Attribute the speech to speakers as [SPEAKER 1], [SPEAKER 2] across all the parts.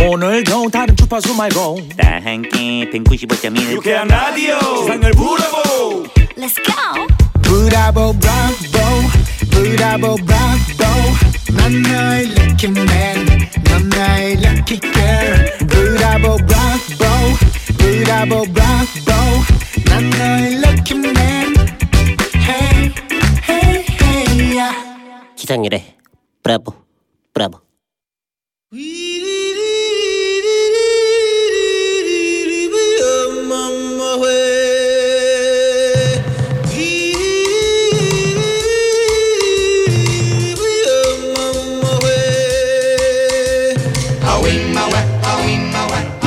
[SPEAKER 1] 오늘 겨우 다른 주파수 말고
[SPEAKER 2] 다 함께 195.1
[SPEAKER 3] 유쾌한 라디오 세상을 부러보
[SPEAKER 4] Let's go.
[SPEAKER 5] 브라보 브라보 브라보 브라보 넌 나의 lucky man 넌 나의 lucky girl 브라보 브라보 브라보 브라보 넌 나의 lucky man Hey hey hey yeah
[SPEAKER 2] 기상일에 브라보 브라보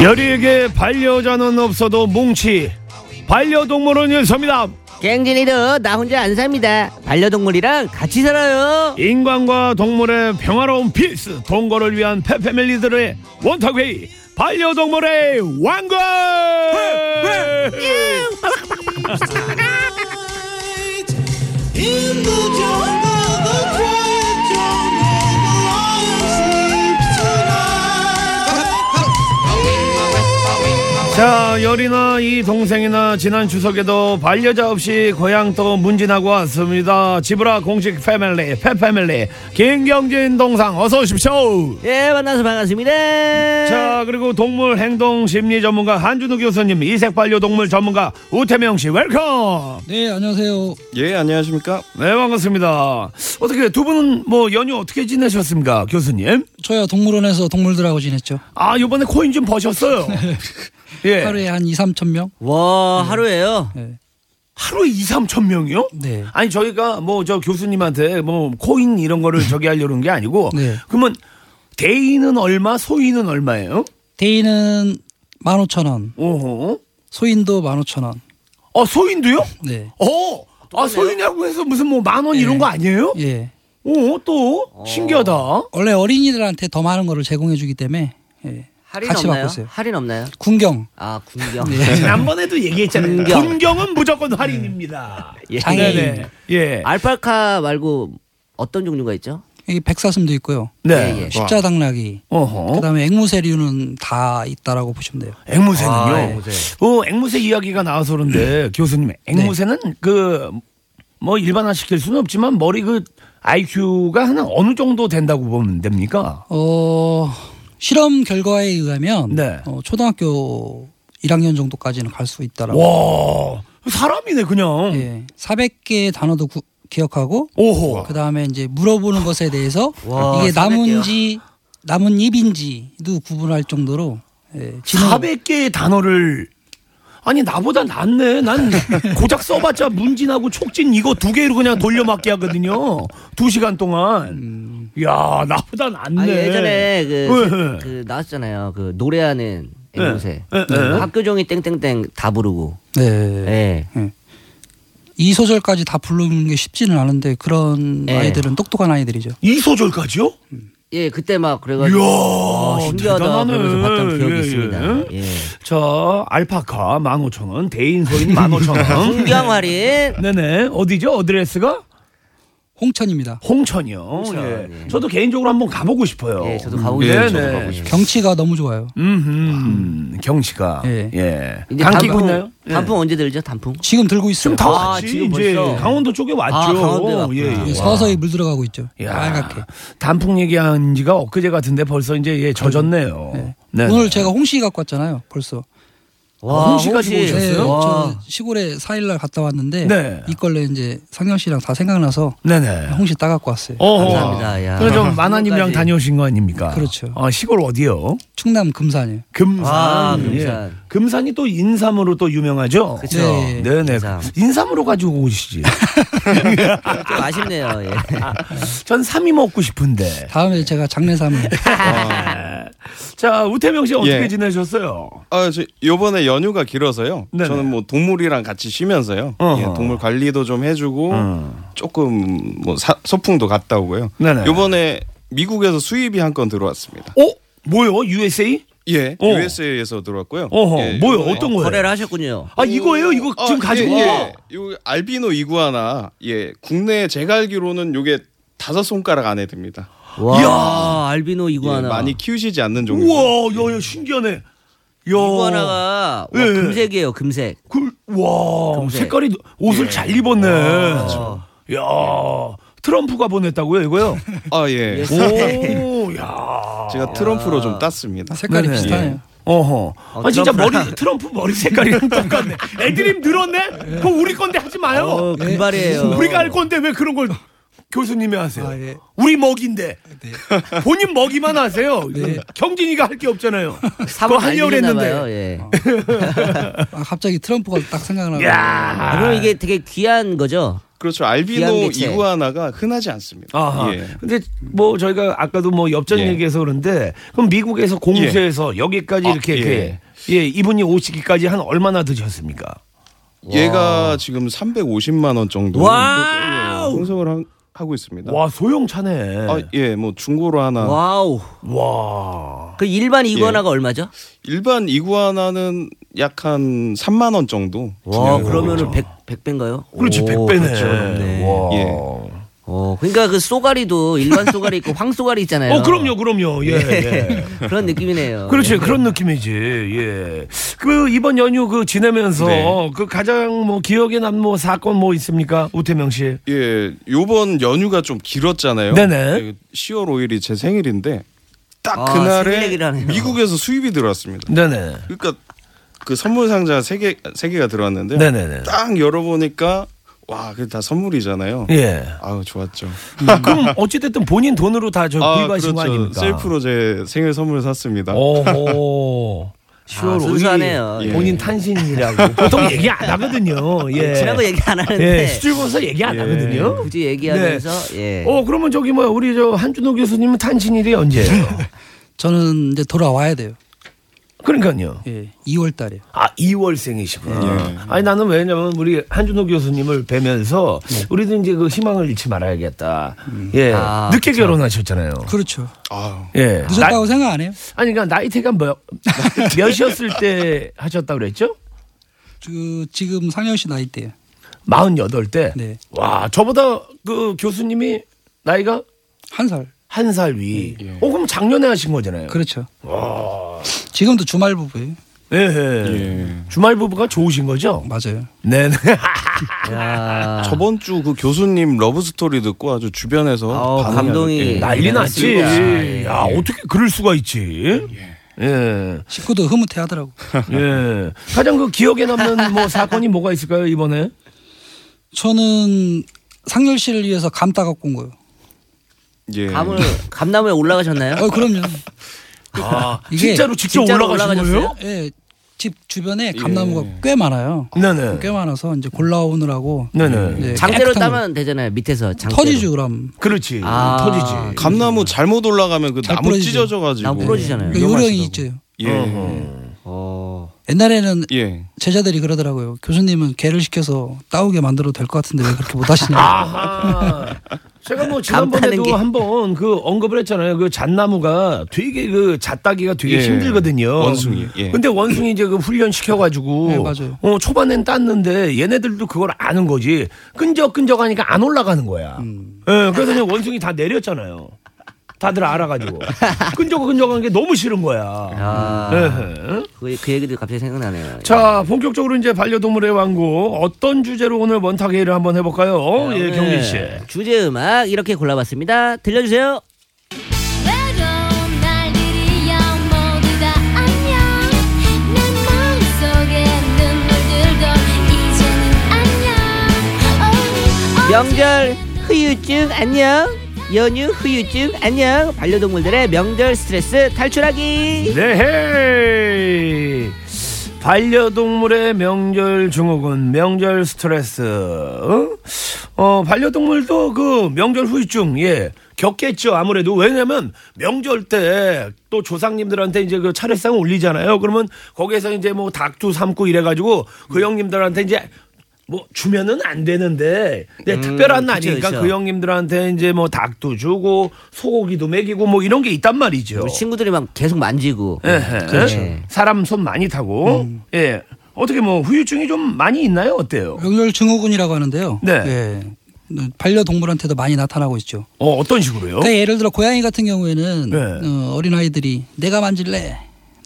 [SPEAKER 6] 여리에게 반려자는 없어도 뭉치 반려동물은 일섭니다
[SPEAKER 7] 갱진이도 나 혼자 안 삽니다. 반려동물이랑 같이 살아요.
[SPEAKER 6] 인간과 동물의 평화로운 필수 동거를 위한 페페밀리들의 원탁회의 반려동물의 왕국 자 열이나 이 동생이나 지난 추석에도 반려자 없이 고향 또 문진하고 왔습니다 지브라 공식 패밀리 페페밀리 김경진 동상 어서 오십시오
[SPEAKER 7] 예, 만나서
[SPEAKER 2] 네.
[SPEAKER 7] 반갑습니다.
[SPEAKER 6] 자 그리고 동물 행동 심리 전문가 한준우 교수님 이색 반려동물 전문가 우태명 씨 웰컴
[SPEAKER 8] 네 안녕하세요.
[SPEAKER 3] 예 안녕하십니까
[SPEAKER 6] 네 반갑습니다. 어떻게 두 분은 뭐 연휴 어떻게 지내셨습니까, 교수님?
[SPEAKER 8] 저야 동물원에서 동물들하고 지냈죠. 네.
[SPEAKER 6] 아 이번에 코인 좀 버셨어요. 예. 하루에
[SPEAKER 8] 하루에 한 2, 3천 명.
[SPEAKER 7] 와, 하루예요.
[SPEAKER 8] 네.
[SPEAKER 6] 하루에 2, 3천 명이요?
[SPEAKER 8] 네.
[SPEAKER 6] 아니 저희가 뭐 저 교수님한테 뭐 코인 이런 거를 저기 하려는 게 아니고
[SPEAKER 8] 네.
[SPEAKER 6] 그러면 대인은 얼마, 소인은 얼마예요?
[SPEAKER 8] 대인은 15,000원,
[SPEAKER 6] 오호.
[SPEAKER 8] 소인도 15,000원.
[SPEAKER 6] 어 소인도요?
[SPEAKER 8] 네.
[SPEAKER 6] 어. 아 소인이라고 해서 무슨 뭐 만 원 이런 거 아니에요?
[SPEAKER 8] 예.
[SPEAKER 6] 오, 또 신기하다.
[SPEAKER 8] 원래 어린이들한테 더 많은 거를 제공해 주기 때문에 예.
[SPEAKER 7] 할인
[SPEAKER 8] 같이
[SPEAKER 7] 없나요?
[SPEAKER 8] 바꿨어요.
[SPEAKER 7] 할인 없나요?
[SPEAKER 8] 군경.
[SPEAKER 7] 아, 군경.
[SPEAKER 6] 네. 지난번에도 얘기했잖아요.
[SPEAKER 7] 군경.
[SPEAKER 6] 군경은 무조건 할인입니다.
[SPEAKER 7] 예.
[SPEAKER 8] 장애인.
[SPEAKER 6] 네네. 예.
[SPEAKER 7] 알파카 말고 어떤 종류가 있죠?
[SPEAKER 8] 여기 백사슴도 있고요.
[SPEAKER 6] 네.
[SPEAKER 7] 예, 예.
[SPEAKER 8] 십자당나귀.
[SPEAKER 6] 어허.
[SPEAKER 8] 그다음에 앵무새류는 다 있다라고 보시면 돼요.
[SPEAKER 6] 앵무새는요. 네.
[SPEAKER 7] 아, 앵무새.
[SPEAKER 6] 어, 앵무새 이야기가 나와서 그런데 교수님, 앵무새는 그 뭐 일반화 시킬 수는 없지만 머리 그 IQ가 한 어느 정도 된다고 보면 됩니까?
[SPEAKER 8] 어 실험 결과에 의하면
[SPEAKER 6] 네.
[SPEAKER 8] 어, 초등학교 1학년 정도까지는 갈 수 있다라고.
[SPEAKER 6] 와, 사람이네 그냥.
[SPEAKER 8] 예. 400개의 단어도 구- 기억하고
[SPEAKER 6] 오호.
[SPEAKER 8] 그 다음에 이제 물어보는 것에 대해서
[SPEAKER 7] 와, 사백개요.
[SPEAKER 8] 이게 나무인지 남은 잎인지도 구분할 정도로 예, 지능-
[SPEAKER 6] 400개의 단어를 아니 나보다 낫네. 난 고작 써봤자 문진하고 촉진 이거 두 개로 그냥 돌려막기 하거든요. 두 시간 동안. 야 나보다 낫네.
[SPEAKER 7] 음. 아, 예전에
[SPEAKER 6] 예,
[SPEAKER 7] 그,
[SPEAKER 6] 예.
[SPEAKER 7] 그 나왔잖아요. 그 노래하는 앵무새. 그
[SPEAKER 6] 예, 예, 예.
[SPEAKER 7] 학교 종이 땡땡땡 다 부르고.
[SPEAKER 8] 네.
[SPEAKER 7] 예.
[SPEAKER 8] 이 소절까지 다 부르는 게 쉽지는 않은데 그런
[SPEAKER 7] 예.
[SPEAKER 8] 아이들은 똑똑한 아이들이죠.
[SPEAKER 6] 이 소절까지요?
[SPEAKER 7] 예, 그때 막
[SPEAKER 6] 이야,
[SPEAKER 7] 그래가지고 와, 어, 신기하다
[SPEAKER 6] 대단하네.
[SPEAKER 7] 그러면서 봤던 기억이
[SPEAKER 6] 예, 예.
[SPEAKER 7] 있습니다. 예.
[SPEAKER 6] 저 알파카 15,000원, 대인 소인 15,000원.
[SPEAKER 7] 군경 할인.
[SPEAKER 6] 네네. 어디죠? 어드레스가?
[SPEAKER 8] 홍천입니다.
[SPEAKER 6] 홍천이요. 예. 저도 개인적으로 한번 가보고 싶어요.
[SPEAKER 7] 예, 저도 가고
[SPEAKER 6] 음,
[SPEAKER 7] 싶어요.
[SPEAKER 6] 네네.
[SPEAKER 7] 저도 가고 싶어요.
[SPEAKER 8] 경치가 너무 좋아요.
[SPEAKER 6] 음, 경씨가.
[SPEAKER 8] 예.
[SPEAKER 6] 예.
[SPEAKER 7] 이제
[SPEAKER 6] 강
[SPEAKER 7] 단풍,
[SPEAKER 6] 끼고 있나요? 예.
[SPEAKER 7] 단풍 언제 들죠? 단풍?
[SPEAKER 8] 지금 들고 있어요.
[SPEAKER 6] 지금 다
[SPEAKER 7] 아,
[SPEAKER 6] 왔지.
[SPEAKER 7] 지금
[SPEAKER 6] 이제
[SPEAKER 7] 벌써.
[SPEAKER 6] 강원도 쪽에 왔죠.
[SPEAKER 7] 아, 강원도에 왔구나.
[SPEAKER 6] 예,
[SPEAKER 8] 예,
[SPEAKER 6] 예.
[SPEAKER 8] 서서히 물 들어가고 있죠.
[SPEAKER 6] 야,
[SPEAKER 8] 빨갛게.
[SPEAKER 6] 단풍 얘기한 지가 엊그제 같은데 벌써 이제 예, 젖었네요.
[SPEAKER 8] 예.
[SPEAKER 6] 네.
[SPEAKER 8] 오늘 제가 홍시 갖고 왔잖아요. 벌써.
[SPEAKER 7] 와,
[SPEAKER 6] 홍시까지
[SPEAKER 7] 아, 홍시.
[SPEAKER 6] 보셨어요? 아.
[SPEAKER 8] 네,
[SPEAKER 7] 와.
[SPEAKER 8] 저 시골에 4일날 갔다 왔는데
[SPEAKER 6] 네.
[SPEAKER 8] 이걸로 이제 상영 씨랑 다 생각나서
[SPEAKER 6] 네네.
[SPEAKER 8] 홍시 따갖고 왔어요.
[SPEAKER 6] 어허.
[SPEAKER 7] 감사합니다. 야.
[SPEAKER 6] 그래 좀 만화님이랑
[SPEAKER 7] 지금까지.
[SPEAKER 6] 다녀오신 거 아닙니까?
[SPEAKER 8] 그렇죠.
[SPEAKER 6] 아, 시골 어디요?
[SPEAKER 8] 충남 금산이요.
[SPEAKER 6] 금산.
[SPEAKER 7] 아, 금산.
[SPEAKER 6] 예. 금산이 또 인삼으로 또 유명하죠.
[SPEAKER 7] 그쵸.
[SPEAKER 8] 네.
[SPEAKER 6] 네네.
[SPEAKER 7] 인삼.
[SPEAKER 6] 인삼으로 가지고 오시지.
[SPEAKER 7] 좀 아쉽네요. 예.
[SPEAKER 6] 전 삼이 먹고 싶은데.
[SPEAKER 8] 다음에 제가 장례삼을
[SPEAKER 6] 자 우태명 씨 어떻게
[SPEAKER 3] 예.
[SPEAKER 6] 지내셨어요?
[SPEAKER 3] 아, 저 요번에 연휴가 길어서요.
[SPEAKER 6] 네네.
[SPEAKER 3] 저는 뭐 동물이랑 같이 쉬면서요.
[SPEAKER 6] 어허. 어.
[SPEAKER 3] 예, 동물 관리도 좀 해주고 조금 뭐 사- 소풍도 갔다 오고요.
[SPEAKER 6] 네네.
[SPEAKER 3] 요번에 미국에서 수입이 한 건 들어왔습니다.
[SPEAKER 6] 어? 뭐요? USA?
[SPEAKER 3] 예,
[SPEAKER 6] 어.
[SPEAKER 3] USA에서 들어왔고요.
[SPEAKER 6] 어허.
[SPEAKER 3] 예,
[SPEAKER 6] 뭐요?
[SPEAKER 3] 요번에-
[SPEAKER 6] 어떤 거예요?
[SPEAKER 7] 거래를 하셨군요.
[SPEAKER 6] 아 이거예요? 이거
[SPEAKER 3] 아,
[SPEAKER 6] 지금 가지고
[SPEAKER 3] 예,
[SPEAKER 6] 와.
[SPEAKER 3] 예. 요 알비노 이구아나 예 국내에 제가 알기로는 요게 다섯 손가락 안에 듭니다.
[SPEAKER 7] 와, 알비노 이구아나.
[SPEAKER 3] 예, 많이 키우시지 않는 종류.
[SPEAKER 6] 우와, 야, 야 신기하네. 야,
[SPEAKER 7] 이구아나가 와,
[SPEAKER 6] 예, 예.
[SPEAKER 7] 금색이에요, 금색.
[SPEAKER 6] 그, 와,
[SPEAKER 7] 금색. 예.
[SPEAKER 6] 색깔이 옷을 잘 입었네. 야, 트럼프가 보냈다고요, 이거요?
[SPEAKER 3] 아 예.
[SPEAKER 7] 네.
[SPEAKER 6] 오, 야.
[SPEAKER 3] 제가 트럼프로
[SPEAKER 7] 아.
[SPEAKER 3] 좀 땄습니다.
[SPEAKER 8] 아, 색깔이
[SPEAKER 6] 네네.
[SPEAKER 8] 비슷하네요.
[SPEAKER 6] 어허. 아, 진짜
[SPEAKER 7] 트럼프랑-
[SPEAKER 6] 머리, 트럼프 머리 색깔이랑 똑같네. 애드립 늘었네? 그거 우리 건데 하지 마요. 네.
[SPEAKER 7] 어, 금발이에요.
[SPEAKER 6] 우리가 할 건데 왜 그런 걸 교수님이 하세요?
[SPEAKER 8] 아, 예.
[SPEAKER 6] 우리 먹인데
[SPEAKER 7] 네.
[SPEAKER 6] 본인 먹이만 하세요. 경진이가 할 게 없잖아요. 그거
[SPEAKER 7] 사법
[SPEAKER 6] 한여울
[SPEAKER 7] 날리려나
[SPEAKER 6] 했는데.
[SPEAKER 7] 봐요, 예.
[SPEAKER 8] 아, 갑자기 트럼프가 딱 생각나고.
[SPEAKER 7] 아, 그럼 이게 되게 귀한 거죠?
[SPEAKER 3] 그렇죠.
[SPEAKER 7] 귀한
[SPEAKER 3] 알비노
[SPEAKER 7] 개체.
[SPEAKER 3] 이구아나가 흔하지 않습니다.
[SPEAKER 6] 아하.
[SPEAKER 3] 예.
[SPEAKER 6] 근데 뭐 저희가 아까도 뭐 엽전
[SPEAKER 3] 예.
[SPEAKER 6] 얘기해서 그런데 그럼 미국에서 공수해서 여기까지
[SPEAKER 3] 아,
[SPEAKER 6] 이렇게
[SPEAKER 3] 예.
[SPEAKER 6] 이렇게 예 이분이 오시기까지 한 얼마나 드셨습니까?
[SPEAKER 3] 얘가 지금 350만 원 정도
[SPEAKER 7] 와우!
[SPEAKER 3] 형성을 하- 하고 있습니다.
[SPEAKER 6] 와 소형차네.
[SPEAKER 3] 아, 예, 뭐 중고로
[SPEAKER 6] 아.
[SPEAKER 3] 하나.
[SPEAKER 7] 와우.
[SPEAKER 6] 와.
[SPEAKER 7] 그 일반 이구아나가
[SPEAKER 6] 예.
[SPEAKER 7] 얼마죠?
[SPEAKER 3] 일반 이구아나는 약 한 3만 원 정도.
[SPEAKER 7] 와, 어, 그러면은 100, 100배인가요?
[SPEAKER 6] 그렇죠. 그렇지 그렇죠, 백배네 와.
[SPEAKER 3] 예.
[SPEAKER 7] 어, 그러니까 그 쏘가리도 일반 쏘가리 있고 황 쏘가리 있잖아요.
[SPEAKER 6] 어 그럼요 그럼요 예. 예. 그렇죠.
[SPEAKER 7] 그런 느낌이네요.
[SPEAKER 6] 그렇지 그런 느낌이지 예. 그 이번 연휴 그 지내면서
[SPEAKER 3] 네.
[SPEAKER 6] 그 가장 뭐 기억에 남는 뭐 사건 뭐 있습니까 우태명 씨?
[SPEAKER 3] 예, 요번 연휴가 좀 길었잖아요.
[SPEAKER 6] 네네.
[SPEAKER 3] 예, 10월 5일이 제 생일인데 딱
[SPEAKER 7] 아, 생일
[SPEAKER 3] 그날에
[SPEAKER 7] 얘기를 하네요.
[SPEAKER 3] 미국에서 수입이 들어왔습니다.
[SPEAKER 6] 네네.
[SPEAKER 3] 그러니까 그 선물 상자 세 개 세 개가 들어왔는데
[SPEAKER 6] 네네네.
[SPEAKER 3] 딱 열어보니까 와, 그게 다 선물이잖아요.
[SPEAKER 6] 예.
[SPEAKER 3] 아우 좋았죠.
[SPEAKER 6] 그럼 어찌됐든 본인 돈으로 다 저 구입하신 거 아닙니까? 그렇죠.
[SPEAKER 3] 그렇죠.
[SPEAKER 6] 어?
[SPEAKER 3] 셀프로 제 생일 선물 샀습니다.
[SPEAKER 6] 오호. 10월
[SPEAKER 7] 아,
[SPEAKER 6] 5일.
[SPEAKER 7] 순수하네요. 예.
[SPEAKER 6] 본인 탄신이라고. 보통 얘기 안 하거든요. 예.
[SPEAKER 7] 지난 거 얘기 안 하는데
[SPEAKER 6] 예. 수출고서 얘기 안 하거든요.
[SPEAKER 7] 굳이 얘기하면서 예.
[SPEAKER 6] 어, 그러면 저기 뭐야. 우리 저 한준호 교수님은 탄신일이 언제예요?
[SPEAKER 8] 저는 이제 돌아와야 돼요.
[SPEAKER 6] 그러니까요.
[SPEAKER 8] 예, 2월 달에.
[SPEAKER 6] 아, 2월생이시구나.
[SPEAKER 8] 예.
[SPEAKER 6] 아니, 나는 왜냐면 우리 한준호 교수님을 뵈면서
[SPEAKER 8] 네.
[SPEAKER 6] 우리도 이제 그 희망을 잃지 말아야겠다. 예.
[SPEAKER 7] 아,
[SPEAKER 6] 늦게 결혼하셨잖아요.
[SPEAKER 8] 음. 그렇죠.
[SPEAKER 3] 아우.
[SPEAKER 6] 예. 나-
[SPEAKER 8] 늦었다고 생각 안 해요?
[SPEAKER 6] 아니, 그러니까 나이테가 몇, 몇이었을 때 하셨다고 그랬죠?
[SPEAKER 8] 그 지금 상영 씨 나이 때요.
[SPEAKER 6] 48대.
[SPEAKER 8] 네.
[SPEAKER 6] 와, 저보다 그 교수님이 나이가
[SPEAKER 8] 한 살.
[SPEAKER 6] 한 살 위. 어, 그럼 작년에 하신 거잖아요.
[SPEAKER 8] 예. 그렇죠. 지금도 주말 부부예요.
[SPEAKER 6] 예, 예. 주말 부부가 좋으신 거죠?
[SPEAKER 8] 맞아요.
[SPEAKER 6] 네, 네. 아.
[SPEAKER 7] 야.
[SPEAKER 3] 저번 주 그 교수님 러브 스토리 듣고 아주 주변에서
[SPEAKER 7] 아우,
[SPEAKER 3] 반응이
[SPEAKER 7] 감동이.
[SPEAKER 3] 아주- 예.
[SPEAKER 6] 난리 났지.
[SPEAKER 7] 아, 예.
[SPEAKER 6] 야, 어떻게 그럴 수가 있지? 예.
[SPEAKER 8] 식구도 흐뭇해 하더라고.
[SPEAKER 6] 예. 가장 그 기억에 남는 뭐 사건이 뭐가 있을까요, 이번에?
[SPEAKER 8] 저는 상열 씨를 위해서 감 따갖고 온 거예요.
[SPEAKER 3] 예.
[SPEAKER 7] 감을 감나무에 올라가셨나요?
[SPEAKER 8] 어, 그럼요.
[SPEAKER 6] 아,
[SPEAKER 8] 이게
[SPEAKER 6] 진짜로 직접
[SPEAKER 7] 진짜로
[SPEAKER 6] 올라가신 거예요?
[SPEAKER 8] 예, 집 주변에 감나무가 꽤 많아요.
[SPEAKER 6] 예. 네네.
[SPEAKER 8] 꽤 많아서 이제 골라오느라고
[SPEAKER 6] 네네.
[SPEAKER 8] 이제
[SPEAKER 7] 장대로
[SPEAKER 8] 깨끗한
[SPEAKER 7] 따면 되잖아요. 밑에서 장대로.
[SPEAKER 8] 예. 터지죠 그럼.
[SPEAKER 6] 그렇지.
[SPEAKER 7] 아.
[SPEAKER 6] 터지지.
[SPEAKER 3] 감나무 잘못 올라가면 그
[SPEAKER 8] 잘
[SPEAKER 3] 나무
[SPEAKER 8] 부러지죠.
[SPEAKER 3] 찢어져가지고.
[SPEAKER 7] 나
[SPEAKER 6] 네.
[SPEAKER 7] 부러지잖아요.
[SPEAKER 8] 그 요령이 있죠.
[SPEAKER 3] 예.
[SPEAKER 7] 어.
[SPEAKER 8] 옛날에는
[SPEAKER 3] 예.
[SPEAKER 8] 제자들이 그러더라고요. 교수님은 개를 시켜서 따오게 만들어도 될 것 같은데 왜 그렇게 못하시냐.
[SPEAKER 6] 아. 아하. 제가 뭐
[SPEAKER 7] 감탄하는 게.
[SPEAKER 6] 지난번에도 한번 그 언급을 했잖아요. 그 잣나무가 되게 그 잣따기가 되게
[SPEAKER 3] 예.
[SPEAKER 6] 힘들거든요.
[SPEAKER 3] 원숭이, 예.
[SPEAKER 6] 근데 원숭이 이제 그 훈련 시켜가지고
[SPEAKER 8] 네, 맞아요.
[SPEAKER 6] 어, 초반엔 땄는데 얘네들도 그걸 아는 거지. 끈적끈적하니까 안 올라가는 거야. 예, 그래서 그냥 원숭이 다 내렸잖아요. 다들 알아가지고 끈적끈적한 게 너무 싫은 거야.
[SPEAKER 8] 음.
[SPEAKER 7] 아.
[SPEAKER 6] 예.
[SPEAKER 7] 그, 그 얘기도 갑자기 생각나네요.
[SPEAKER 6] 자, 본격적으로 이제 반려동물의 왕국 어떤 주제로 오늘 원탁회의를 한번
[SPEAKER 2] 아,
[SPEAKER 6] 해볼까요? 예,
[SPEAKER 7] 오늘
[SPEAKER 2] 네.
[SPEAKER 6] 경진 씨.
[SPEAKER 7] 네. 주제 음악 이렇게 골라봤습니다. 들려주세요.
[SPEAKER 4] 외로운 날들이야 모두 다 안녕 내 마음속에 눈물들도 이제는 Oh, 안녕
[SPEAKER 7] 명절 후유증 안녕. 연휴 후유증 안녕. 반려동물들의 명절 스트레스 탈출하기.
[SPEAKER 6] 네. 반려동물의 명절 증후군, 명절 스트레스. 어? 어, 반려동물도 그 명절 후유증, 예. 겪겠죠, 아무래도. 왜냐면, 명절 때 또 조상님들한테 이제 그 차례상 올리잖아요. 그러면 거기에서 이제 뭐 닭도 삶고 이래가지고
[SPEAKER 7] 음.
[SPEAKER 6] 그 형님들한테 이제 뭐 주면은 안 되는데 근데 특별한
[SPEAKER 7] 음, 그쵸,
[SPEAKER 6] 날이니까
[SPEAKER 7] 그쵸.
[SPEAKER 6] 그 형님들한테 이제 뭐 닭도 주고 소고기도 먹이고 뭐 이런 게 있단 말이죠.
[SPEAKER 7] 우리 친구들이 막 계속 만지고.
[SPEAKER 6] 예, 예.
[SPEAKER 2] 네.
[SPEAKER 6] 음.
[SPEAKER 7] 그렇죠.
[SPEAKER 6] 사람 손 많이 타고 예 어떻게 뭐 후유증이 좀 많이 있나요 어때요?
[SPEAKER 8] 명절 증후군이라고 하는데요.
[SPEAKER 6] 네.
[SPEAKER 8] 예. 반려동물한테도 많이 나타나고 있죠.
[SPEAKER 6] 어, 어떤 식으로요?
[SPEAKER 8] 그러니까 예를 들어 고양이 같은 경우에는
[SPEAKER 6] 네.
[SPEAKER 8] 어, 린 아이들이 내가 만질래,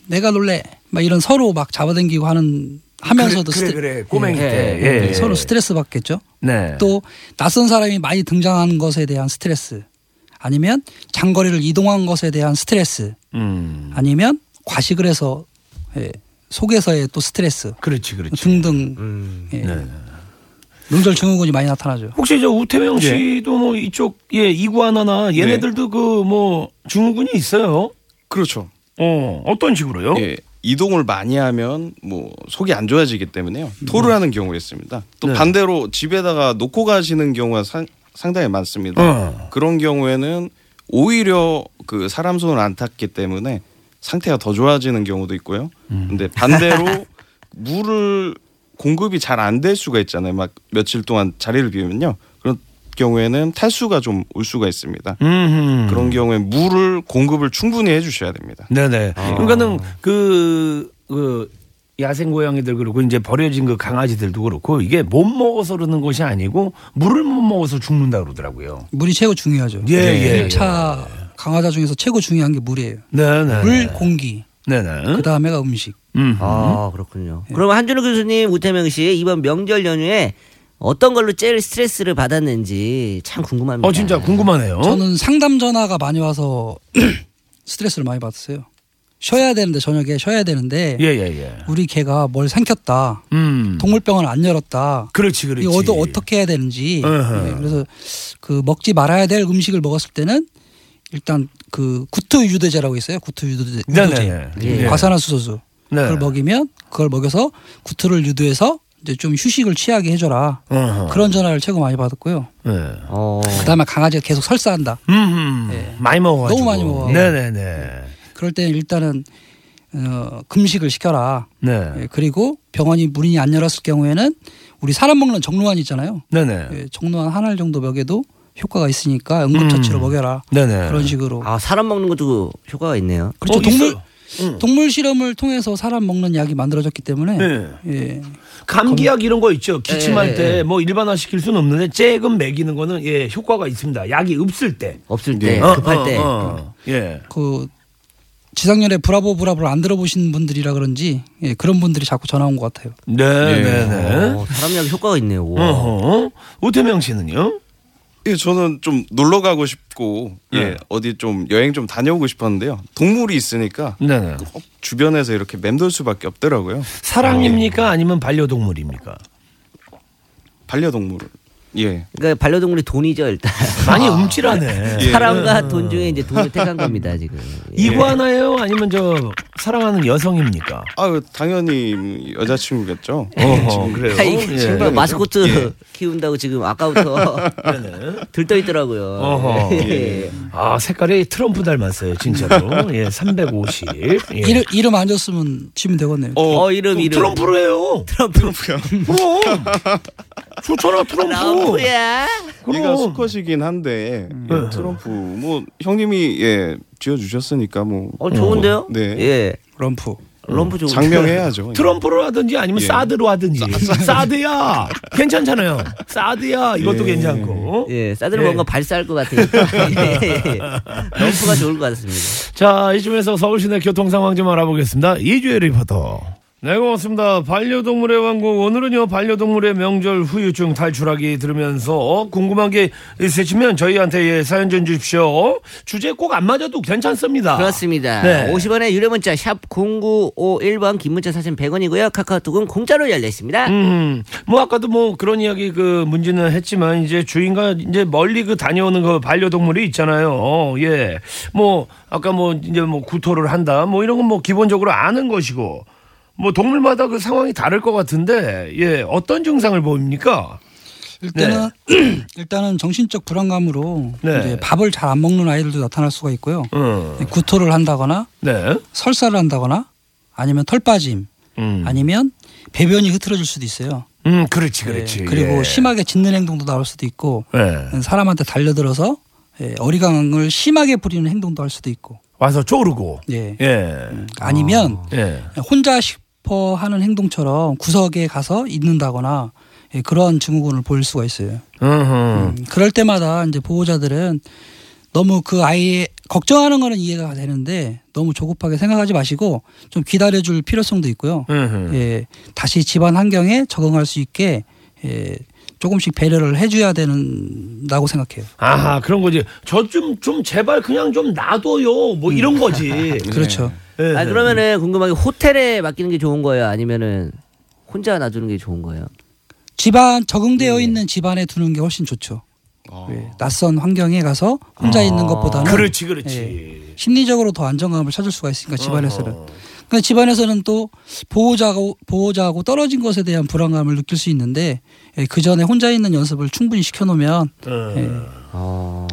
[SPEAKER 8] 내가 놀래, 막 이런 서로 막 잡아당기고 하는 하면서도
[SPEAKER 6] 그래,
[SPEAKER 8] 스트레-
[SPEAKER 6] 그래, 그래. 꼬맹이
[SPEAKER 8] 예,
[SPEAKER 7] 네.
[SPEAKER 6] 때.
[SPEAKER 8] 예,
[SPEAKER 6] 예,
[SPEAKER 8] 예.
[SPEAKER 6] 예.
[SPEAKER 8] 서로 스트레스 받겠죠.
[SPEAKER 6] 네.
[SPEAKER 8] 또 낯선 사람이 많이 등장한 것에 대한 스트레스, 아니면 장거리를 이동한 것에 대한 스트레스,
[SPEAKER 6] 음.
[SPEAKER 8] 아니면 과식을 해서 예, 속에서의 또 스트레스
[SPEAKER 6] 그렇지, 그렇지.
[SPEAKER 8] 등등
[SPEAKER 6] 음,
[SPEAKER 8] 예.
[SPEAKER 6] 네.
[SPEAKER 8] 명절 증후군이 많이 나타나죠.
[SPEAKER 6] 혹시 저 우태명 씨도 뭐 이쪽 예 이구아나나 얘네들도 그 뭐 증후군이 있어요.
[SPEAKER 3] 그렇죠.
[SPEAKER 6] 어 어떤 식으로요?
[SPEAKER 3] 예, 이동을 많이 하면 뭐 속이 안 좋아지기 때문에요. 토를 하는 경우가 있습니다. 또
[SPEAKER 6] 음. 네.
[SPEAKER 3] 반대로 집에다가 놓고 가시는 경우가 상- 상당히 많습니다.
[SPEAKER 6] 어.
[SPEAKER 3] 그런 경우에는 오히려 그 사람 손을 안 탔기 때문에 상태가 더 좋아지는 경우도 있고요.
[SPEAKER 6] 음.
[SPEAKER 3] 근데 반대로 물을 공급이 잘 안 될 수가 있잖아요. 막 며칠 동안 자리를 비우면요. 그런 경우에는 탈수가 좀 올 수가 있습니다.
[SPEAKER 6] 음.
[SPEAKER 3] 그런 경우에 물을 공급을 충분히 해주셔야 됩니다.
[SPEAKER 6] 네네. 그러니까는 그, 그 야생 고양이들 그렇고 이제 버려진 그 강아지들도 그렇고 이게 못 먹어서 그러는 것이 아니고 물을 못 먹어서 죽는다 그러더라고요.
[SPEAKER 8] 물이 최고 중요하죠.
[SPEAKER 6] 예, 예,
[SPEAKER 8] 일차 강화자 중에서 최고 중요한 게 물이에요.
[SPEAKER 6] 네네.
[SPEAKER 8] 물, 공기,
[SPEAKER 6] 네네.
[SPEAKER 8] 그 다음에가 음식.
[SPEAKER 6] 음. 예.
[SPEAKER 7] 아 그렇군요. 그럼 한준호 교수님, 우태명 씨 이번 명절 연휴에 어떤 걸로 제일 스트레스를 받았는지 참 궁금합니다.
[SPEAKER 6] 어 진짜 궁금하네요.
[SPEAKER 8] 저는 상담 전화가 많이 와서 스트레스를 많이 받았어요. 쉬어야 되는데 저녁에 쉬어야 되는데
[SPEAKER 6] 예예 예.
[SPEAKER 8] 아. 우리 개가 뭘 삼켰다.
[SPEAKER 6] 음.
[SPEAKER 8] 동물병원을 안 열었다.
[SPEAKER 6] 그렇지 그렇지.
[SPEAKER 8] 이거 어디 어떻게 해야 되는지.
[SPEAKER 6] 어허.
[SPEAKER 8] 네, 그래서 그 먹지 말아야 될 음식을 먹었을 때는 일단 그 구토 유도제라고 있어요. 구토 유도제.
[SPEAKER 6] 네네네.
[SPEAKER 8] 유도제.
[SPEAKER 6] 예.
[SPEAKER 8] 과산화수소수.
[SPEAKER 6] 네.
[SPEAKER 8] 그걸 먹이면 그걸 먹여서 구토를 유도해서 이제 좀 휴식을 취하게 해줘라.
[SPEAKER 6] 어허.
[SPEAKER 8] 그런 전화를 최고 많이 받았고요.
[SPEAKER 6] 예.
[SPEAKER 7] 어.
[SPEAKER 8] 그다음에 강아지가 계속 설사한다.
[SPEAKER 6] 음. 많이 먹어.
[SPEAKER 8] 예. 너무 많이 먹어가지고.
[SPEAKER 6] 네네네.
[SPEAKER 8] 그럴 때는 일단은 어, 금식을 시켜라.
[SPEAKER 6] 네.
[SPEAKER 8] 예, 그리고 병원이 문이 안 열었을 경우에는 우리 사람 먹는 정로환 있잖아요.
[SPEAKER 6] 네네.
[SPEAKER 8] 예, 정로환 한 알 정도 먹여도 효과가 있으니까 응급처치로
[SPEAKER 6] 음.
[SPEAKER 8] 먹여라.
[SPEAKER 6] 네네.
[SPEAKER 8] 그런 식으로.
[SPEAKER 7] 아.
[SPEAKER 2] 아 사람 먹는 것도 효과가 있네요.
[SPEAKER 8] 그렇죠.
[SPEAKER 6] 어,
[SPEAKER 8] 동물
[SPEAKER 6] 있어요.
[SPEAKER 8] 동물 실험을 통해서 사람 먹는 약이 만들어졌기 때문에
[SPEAKER 6] 예.
[SPEAKER 8] 예.
[SPEAKER 6] 감기약 이런 거 있죠. 기침할
[SPEAKER 7] 예, 예,
[SPEAKER 6] 때 뭐 일반화 시킬 수는 없는데 쬐금 먹이는 거는 예 효과가 있습니다. 약이 없을 때.
[SPEAKER 7] 없을
[SPEAKER 8] 네,
[SPEAKER 7] 때
[SPEAKER 6] 어,
[SPEAKER 7] 급할
[SPEAKER 6] 어,
[SPEAKER 7] 때.
[SPEAKER 6] 어. 예.
[SPEAKER 8] 그 지상렬의 브라보 브라보를 안 들어보신 분들이라 그런지 예, 그런 분들이 자꾸 전화 온 것 같아요.
[SPEAKER 6] 네,
[SPEAKER 8] 네.
[SPEAKER 6] 네네네.
[SPEAKER 7] 어, 사람 약이 효과가 있네요. 우와.
[SPEAKER 6] 어허. 오태명 씨는요?
[SPEAKER 3] 예, 저는 좀 놀러 가고 싶고 예,
[SPEAKER 6] 네.
[SPEAKER 3] 어디 좀 여행 좀 다녀오고 싶었는데요. 동물이 있으니까
[SPEAKER 6] 네네.
[SPEAKER 3] 꼭 주변에서 이렇게 맴돌 수밖에 없더라고요.
[SPEAKER 6] 사람입니까 아니면 반려동물입니까?
[SPEAKER 3] 반려동물을. 예.
[SPEAKER 2] 그러니까 반려동물이 돈이죠 일단.
[SPEAKER 6] 많이 움찔하네. 예.
[SPEAKER 2] 사람과 돈 중에 이제 돈을 택한 겁니다 지금.
[SPEAKER 6] 이구아나예요 아니면 저 사랑하는 여성입니까?
[SPEAKER 3] 아, 당연히 여자친구겠죠.
[SPEAKER 6] 어허, 그래요.
[SPEAKER 2] 아, 이게 지금
[SPEAKER 6] 예.
[SPEAKER 2] 마스코트 키운다고 지금 아까부터 들떠 있더라고요.
[SPEAKER 6] 어허.
[SPEAKER 2] 예.
[SPEAKER 6] 아 색깔이 트럼프 닮았어요 진짜로. 예, 350. 예.
[SPEAKER 8] 이름 이름 안 줬으면 치면 되겠네요.
[SPEAKER 2] 어 이름 이름.
[SPEAKER 6] 트럼프로 해요.
[SPEAKER 2] 트럼프야.
[SPEAKER 6] 그럼 좋잖아 트럼프.
[SPEAKER 2] 트럼프야.
[SPEAKER 3] 얘가
[SPEAKER 6] 그럼.
[SPEAKER 3] 수컷이긴 한데 예, 트럼프 뭐 형님이 예 지어 주셨으니까 뭐
[SPEAKER 2] 어
[SPEAKER 6] 음.
[SPEAKER 2] 좋은데요?
[SPEAKER 3] 네.
[SPEAKER 2] 예.
[SPEAKER 8] 럼프.
[SPEAKER 2] 럼프 좋은.
[SPEAKER 3] 장명해야죠.
[SPEAKER 6] 트럼프로 하든지 아니면
[SPEAKER 3] 예.
[SPEAKER 6] 사드로 하든지 사드야 괜찮잖아요 사드야 이것도
[SPEAKER 3] 예.
[SPEAKER 6] 괜찮고
[SPEAKER 2] 예, 싸들
[SPEAKER 6] 예.
[SPEAKER 2] 뭔가 발쌀 것 같으니까 예. 럼프가 좋을 것 같습니다.
[SPEAKER 6] 자 이쯤에서 서울시내 교통 상황 좀 알아보겠습니다 이주혜 리포터 네 고맙습니다 반려동물의 왕국 오늘은요 반려동물의 명절 후유증 탈출하기 들으면서 어, 궁금한 게 있으시면 저희한테 예, 사연 좀 주십시오 주제 꼭 안 맞아도 괜찮습니다
[SPEAKER 2] 그렇습니다.
[SPEAKER 6] 네.
[SPEAKER 2] 50원의 유료 문자 샵 0951번 긴 문자 사진 100원이고요. 카카오톡은 공짜로 열려 있습니다.
[SPEAKER 6] 음, 뭐 아까도 뭐 그런 이야기 그 문제는 했지만 이제 주인과 이제 멀리 그 다녀오는 그 반려동물이 있잖아요. 어, 예, 뭐 아까 뭐 이제 뭐 구토를 한다, 뭐 이런 건 뭐 기본적으로 아는 것이고, 뭐 동물마다 그 상황이 다를 것 같은데, 예, 어떤 증상을 보입니까?
[SPEAKER 8] 일단은 일단은 정신적 불안감으로
[SPEAKER 6] 네.
[SPEAKER 8] 이제 밥을 잘 안 먹는 아이들도 나타날 수가 있고요.
[SPEAKER 6] 음,
[SPEAKER 8] 구토를 한다거나
[SPEAKER 6] 네,
[SPEAKER 8] 설사를 한다거나 아니면 털빠짐
[SPEAKER 6] 음,
[SPEAKER 8] 아니면 배변이 흐트러질 수도 있어요.
[SPEAKER 6] 음, 그렇지, 그렇지.
[SPEAKER 8] 예, 그리고
[SPEAKER 6] 예.
[SPEAKER 8] 심하게 짖는 행동도 나올 수도 있고 음,
[SPEAKER 6] 예.
[SPEAKER 8] 사람한테 달려들어서 예, 어리광을 심하게 부리는 행동도 할 수도 있고
[SPEAKER 6] 와서 쪼르고,
[SPEAKER 8] 예.
[SPEAKER 6] 예,
[SPEAKER 8] 아니면
[SPEAKER 6] 예,
[SPEAKER 8] 혼자 싶어 하는 행동처럼 구석에 가서 있는다거나 예, 그런 증후군을 보일 수가 있어요.
[SPEAKER 6] 음.
[SPEAKER 8] 음, 그럴 때마다 이제 보호자들은 너무 그 아이의 걱정하는 거는 이해가 되는데 너무 조급하게 생각하지 마시고 좀 기다려줄 필요성도 있고요.
[SPEAKER 6] 음.
[SPEAKER 8] 예, 다시 집안 환경에 적응할 수 있게 예, 조금씩 배려를 해줘야 되는다고 생각해요.
[SPEAKER 6] 아하 그런 거지. 저 좀 좀 제발 그냥 좀 놔둬요. 뭐 이런 거지.
[SPEAKER 8] 그렇죠.
[SPEAKER 6] 예.
[SPEAKER 2] 아 그러면은 궁금하게 호텔에 맡기는 게 좋은 거예요? 아니면은 혼자 놔두는 게 좋은 거예요?
[SPEAKER 8] 집안
[SPEAKER 6] 네.
[SPEAKER 8] 적응되어 있는 집안에 두는 게 훨씬 좋죠. 예, 낯선 환경에 가서 혼자 있는 것보다는
[SPEAKER 6] 아. 그렇지 그렇지.
[SPEAKER 8] 심리적으로 더 안정감을 찾을 수가 있으니까 집안에서는. 그러니까 집안에서는 또 보호자하고 보호자하고 떨어진 것에 대한 불안감을 느낄 수 있는데 그 전에 혼자 있는 연습을 충분히 시켜놓으면
[SPEAKER 6] 음.
[SPEAKER 8] 예,
[SPEAKER 2] 어.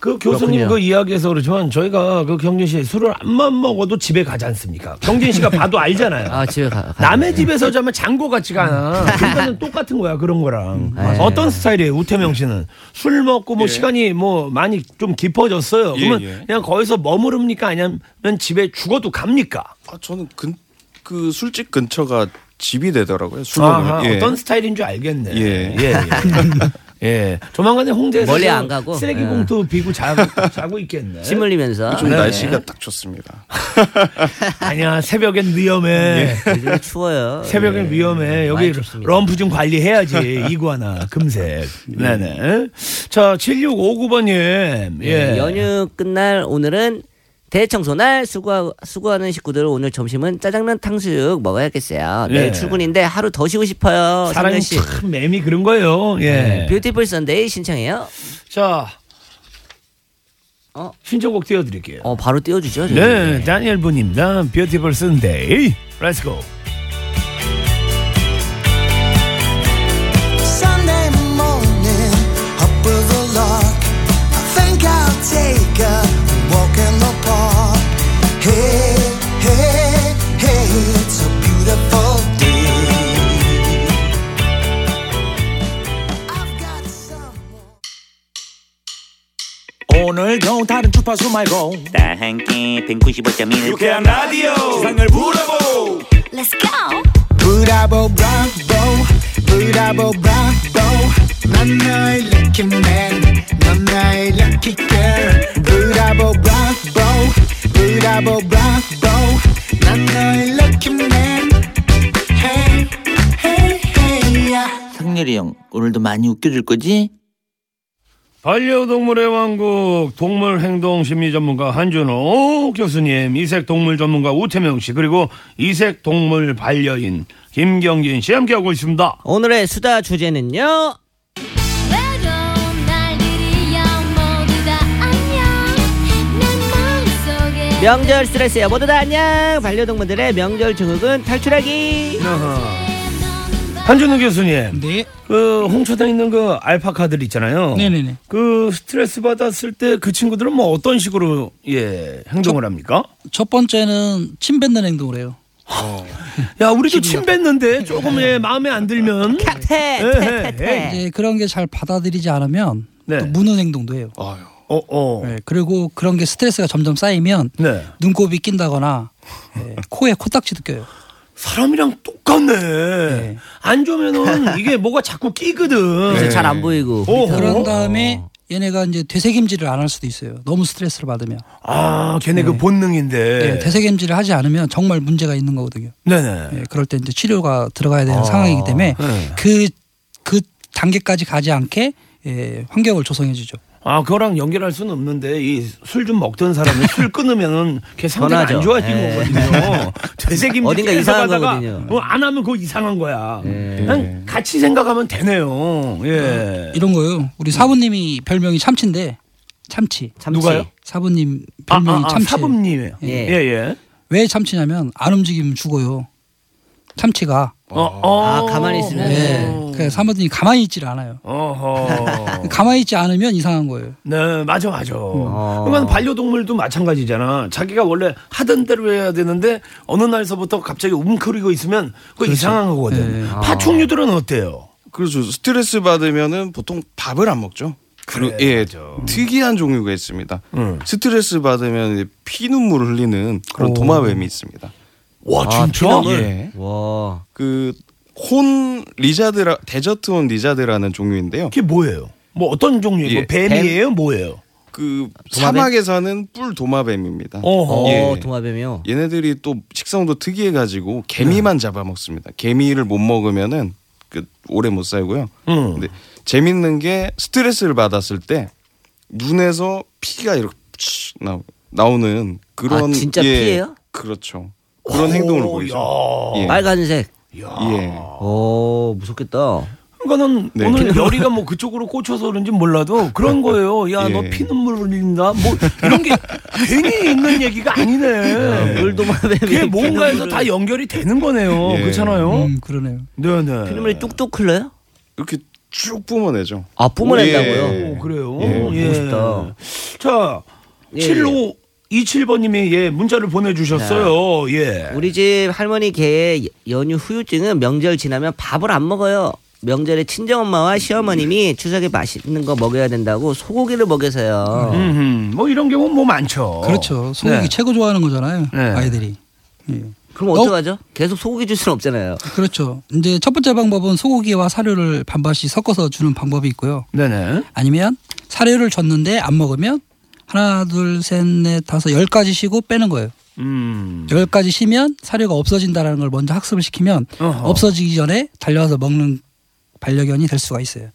[SPEAKER 6] 그 교수님
[SPEAKER 2] 그렇군요.
[SPEAKER 6] 그 이야기에서 그렇지만 저희가 그 경진 씨 술을 안만 먹어도 집에 가지 않습니까? 경진 씨가 봐도 알잖아요.
[SPEAKER 2] 아 집에 가. 가
[SPEAKER 6] 남의 집에서 자면 잔고 같지가 않아. 그러니까는 똑같은 거야 그런 거랑.
[SPEAKER 2] 맞아요.
[SPEAKER 6] 어떤 스타일이에요 우태명 씨는 술 먹고 뭐
[SPEAKER 3] 예.
[SPEAKER 6] 시간이 뭐 많이 좀 깊어졌어요.
[SPEAKER 3] 예,
[SPEAKER 6] 그러면
[SPEAKER 3] 예.
[SPEAKER 6] 그냥 거기서 머무릅니까 아니면 집에 죽어도 갑니까?
[SPEAKER 3] 아, 저는 근, 그 술집 근처가 집이 되더라고요. 술
[SPEAKER 6] 아
[SPEAKER 3] 먹으면. 예.
[SPEAKER 6] 어떤 스타일인 줄 알겠네.
[SPEAKER 3] 예.
[SPEAKER 6] 예. 예. 예. 조만간에 홍대에서
[SPEAKER 2] 멀리
[SPEAKER 6] 그
[SPEAKER 2] 안 가고?
[SPEAKER 6] 쓰레기
[SPEAKER 2] 예.
[SPEAKER 6] 봉투 비고 자고, 자고 있겠네.
[SPEAKER 2] 침 흘리면서.
[SPEAKER 3] 요즘
[SPEAKER 2] 네.
[SPEAKER 3] 날씨가 딱 좋습니다.
[SPEAKER 6] 아니야 새벽엔 위험해.
[SPEAKER 2] 네. 요즘 추워요.
[SPEAKER 6] 새벽엔 위험해. 여기
[SPEAKER 2] 예. 많이 춥습니다. 예.
[SPEAKER 6] 럼프 좀 관리해야지. 이구아나 금색. 네네. 자 7659번님.
[SPEAKER 2] 예,
[SPEAKER 6] 예.
[SPEAKER 2] 연휴 끝날 오늘은 대청소 날 수고 수고하는 식구들 오늘 점심은 짜장면 탕수육 먹어야겠어요. 내일
[SPEAKER 6] 예.
[SPEAKER 2] 출근인데 하루 더 쉬고 싶어요.
[SPEAKER 6] 사랑이
[SPEAKER 2] 성현 씨.
[SPEAKER 6] 참 매미 그런 거예요. 예.
[SPEAKER 2] 뷰티풀 선데이 신청해요.
[SPEAKER 6] 자
[SPEAKER 2] 어?
[SPEAKER 6] 신청곡 띄워드릴게요.
[SPEAKER 2] 어 바로 띄워주죠. 저희.
[SPEAKER 6] 네, 다니엘 분입니다. 뷰티풀 순데이. Let's go.
[SPEAKER 5] Sunday morning, up with the lark. I think I'll take a walk in the park. Hey, hey, hey, it's a beautiful day. I've got someone.
[SPEAKER 1] 오늘도 다른 주파수 말고
[SPEAKER 9] 다 함께 195.1
[SPEAKER 3] 유쾌한 라디오. 세상을 부러보.
[SPEAKER 4] Let's go!
[SPEAKER 5] Bravo, bravo, bravo, bravo. 나나의 lucky man, 나나의 lucky girl. Bravo, bravo, bravo, bravo. 나나의 lucky man. Hey, hey, hey, yeah.
[SPEAKER 9] 상렬이 형 오늘도 많이 웃겨줄 거지?
[SPEAKER 6] 반려동물의 왕국 동물 행동 심리 전문가 한준호 교수님, 이색 동물 전문가 우태명 씨, 그리고 이색 동물 반려인 김경진 씨 함께하고 있습니다.
[SPEAKER 2] 오늘의 수다 주제는요.
[SPEAKER 4] 외로운 날들이야 모두 다 안녕 내 마음속에
[SPEAKER 2] 명절 스트레스야 모두 다 안녕. 반려동물들의 명절 증후군 탈출하기.
[SPEAKER 6] 한준호 교수님,
[SPEAKER 8] 네,
[SPEAKER 6] 그 홍천에 있는 그 알파카들 있잖아요.
[SPEAKER 8] 네네네.
[SPEAKER 6] 그 스트레스 받았을 때 그 친구들은 뭐 어떤 식으로 예 행동을 합니까?
[SPEAKER 8] 첫 번째는 침 뱉는 행동을 해요.
[SPEAKER 6] 야 우리도 침 뱉는데 조금 예 마음에 안 들면
[SPEAKER 2] 태,
[SPEAKER 6] 예,
[SPEAKER 2] 태,
[SPEAKER 6] 예,
[SPEAKER 2] 태, 태.
[SPEAKER 8] 이제 그런 게 잘 받아들이지 않으면
[SPEAKER 6] 네.
[SPEAKER 8] 또 무는 행동도 해요.
[SPEAKER 6] 어 어.
[SPEAKER 8] 예, 그리고 그런 게 스트레스가 점점 쌓이면
[SPEAKER 6] 네.
[SPEAKER 8] 눈곱이 낀다거나 예, 코에 코딱지도 껴요.
[SPEAKER 6] 사람이랑 똑같네. 안 좋으면은 이게 뭐가 자꾸 끼거든.
[SPEAKER 2] 그래서 잘 안 보이고.
[SPEAKER 6] 어,
[SPEAKER 8] 그런
[SPEAKER 6] 어?
[SPEAKER 8] 다음에 얘네가 이제 되새김질을 안 할 수도 있어요. 너무 스트레스를 받으면.
[SPEAKER 6] 아, 걔네 그
[SPEAKER 8] 예,
[SPEAKER 2] 네,
[SPEAKER 6] 본능인데.
[SPEAKER 8] 되새김질을 하지 않으면 정말 문제가 있는 거거든요.
[SPEAKER 6] 네네.
[SPEAKER 8] 예, 그럴 때 이제 치료가 들어가야 되는 상황이기 때문에
[SPEAKER 6] 아. 네.
[SPEAKER 8] 그 그 단계까지 가지 않게 예, 환경을 조성해주죠.
[SPEAKER 6] 아, 그거랑 연결할 수는 없는데 이 술 좀 먹던 사람이 술 끊으면은 걔 상태가 안
[SPEAKER 2] 변하죠.
[SPEAKER 6] 좋아지는
[SPEAKER 2] 예.
[SPEAKER 6] 거거든요. 되새김질
[SPEAKER 2] 어딘가
[SPEAKER 6] 계속
[SPEAKER 2] 이상한
[SPEAKER 6] 하다가
[SPEAKER 2] 거거든요. 네.
[SPEAKER 6] 뭐안 하면 그거 이상한 거야. 그냥 같이 생각하면 되네요. 예.
[SPEAKER 8] 이런 거요. 우리 사부님이 별명이 참치인데 참치.
[SPEAKER 2] 참치.
[SPEAKER 6] 누가요?
[SPEAKER 8] 사부님
[SPEAKER 6] 아,
[SPEAKER 8] 별명이
[SPEAKER 6] 아, 아,
[SPEAKER 8] 참치.
[SPEAKER 6] 사부님이에요. 예,
[SPEAKER 2] 예.
[SPEAKER 6] 예.
[SPEAKER 8] 왜 참치냐면 안 움직이면 죽어요. 참치가.
[SPEAKER 6] 어, 어.
[SPEAKER 2] 아 가만히 있으면.
[SPEAKER 8] 예. 그 사부님이 가만히 있질 않아요.
[SPEAKER 2] 그
[SPEAKER 6] 어허.
[SPEAKER 8] 가만히 있지 않으면 이상한 거예요.
[SPEAKER 6] 네, 맞아, 맞아. 그러니까 반려동물도 마찬가지잖아. 자기가 원래 하던 대로 해야 되는데 어느 날서부터 갑자기 움크리고 있으면 그거 이상한 거거든. 파충류들은 어때요?
[SPEAKER 3] 그렇죠. 스트레스 받으면은 보통 밥을 안 먹죠. 그리고 예, 특이한 종류가 있습니다. 스트레스 받으면 이제 피눈물을 흘리는 그런 도마뱀이 있습니다.
[SPEAKER 6] 와,
[SPEAKER 2] 아,
[SPEAKER 6] 진짜? 네.
[SPEAKER 2] 피눈물?
[SPEAKER 3] 예.
[SPEAKER 2] 와.
[SPEAKER 3] 그 혼 리자드라 데저트 혼 리자드라는 종류인데요.
[SPEAKER 6] 그게 뭐예요? 뭐 어떤 종류예요?
[SPEAKER 3] 예,
[SPEAKER 6] 뱀이에요? 뭐예요?
[SPEAKER 3] 그
[SPEAKER 2] 도마뱀?
[SPEAKER 3] 사막에 사는 뿔 도마뱀입니다.
[SPEAKER 6] 어허.
[SPEAKER 2] 어,
[SPEAKER 3] 예.
[SPEAKER 2] 도마뱀이요.
[SPEAKER 3] 얘네들이 또 식성도 특이해 가지고 개미만
[SPEAKER 2] 네.
[SPEAKER 3] 잡아먹습니다. 개미를 못 먹으면은 그 오래 못 살고요.
[SPEAKER 6] 음.
[SPEAKER 3] 근데 재밌는 게 스트레스를 받았을 때 눈에서 피가 이렇게 치- 나- 나오는 그런
[SPEAKER 2] 아, 진짜 피예요?
[SPEAKER 3] 그렇죠. 그런 행동을 보이죠. 예.
[SPEAKER 2] 빨간색.
[SPEAKER 3] 예.
[SPEAKER 2] 오 무섭겠다.
[SPEAKER 6] 그거는
[SPEAKER 3] 네.
[SPEAKER 6] 그러니까 오늘 열이가 뭐 그쪽으로 꽂혀서 그런지 몰라도 그런 거예요. 야,
[SPEAKER 3] 예.
[SPEAKER 6] 너 피눈물 흘린다. 뭐 이런 게 괜히 있는 얘기가 아니네.
[SPEAKER 2] 물도마뱀이
[SPEAKER 6] 예. 그게 뭔가에서 다 연결이 되는 거네요.
[SPEAKER 3] 예.
[SPEAKER 6] 그렇잖아요.
[SPEAKER 8] 음, 그러네요.
[SPEAKER 6] 네, 네.
[SPEAKER 2] 피눈물이 뚝뚝 흘러요?
[SPEAKER 3] 이렇게 쭉 뿜어내죠.
[SPEAKER 2] 아 뿜어낸다고요?
[SPEAKER 3] 예.
[SPEAKER 6] 오, 그래요.
[SPEAKER 3] 예,
[SPEAKER 6] 예.
[SPEAKER 2] 보고 싶다.
[SPEAKER 6] 자,
[SPEAKER 2] 예,
[SPEAKER 6] 7로 27번님이 예 문자를 보내주셨어요.
[SPEAKER 2] 네.
[SPEAKER 6] 예.
[SPEAKER 2] 우리 집 할머니 개 연휴 후유증은 명절 지나면 밥을 안 먹어요. 명절에 친정 엄마와 시어머님이 추석에 맛있는 거 먹여야 된다고 소고기를 먹여서요.
[SPEAKER 6] 음, 뭐 이런 경우 뭐 많죠.
[SPEAKER 8] 그렇죠. 소고기
[SPEAKER 6] 네. 최고
[SPEAKER 8] 최고 좋아하는 거잖아요.
[SPEAKER 6] 네.
[SPEAKER 8] 아이들이.
[SPEAKER 2] 그럼 어떡하죠? 계속 소고기 줄 수는 없잖아요.
[SPEAKER 8] 그렇죠. 이제 첫 번째 방법은 소고기와 사료를 반반씩 섞어서 주는 방법이 있고요.
[SPEAKER 6] 네네.
[SPEAKER 8] 아니면 사료를 줬는데 안 먹으면 하나 둘셋넷 다섯 열 가지 쉬고 빼는 거예요.
[SPEAKER 6] 음.
[SPEAKER 8] 열 가지 쉬면 사료가 없어진다라는 걸 먼저 학습을 시키면
[SPEAKER 6] 어허.
[SPEAKER 8] 없어지기 전에 달려와서 먹는 반려견이 될 수가 있어요.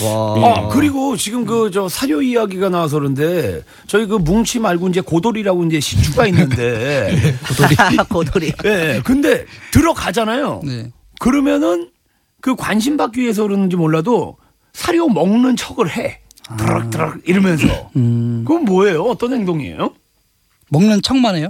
[SPEAKER 6] 아 그리고 지금 그 저 사료 이야기가 나와서 그런데 저희 그 뭉치 말고 이제 고돌이라고 이제 시추가 있는데
[SPEAKER 2] 예, 고돌이.
[SPEAKER 6] 예 근데 들어가잖아요
[SPEAKER 8] 네.
[SPEAKER 6] 그러면은 그 관심 받기 위해서 그러는지 몰라도 사료 먹는 척을 해
[SPEAKER 8] 아.
[SPEAKER 6] 드럭드럭 이러면서
[SPEAKER 8] 음.
[SPEAKER 6] 그건 뭐예요 어떤 행동이에요
[SPEAKER 8] 먹는 척만 해요.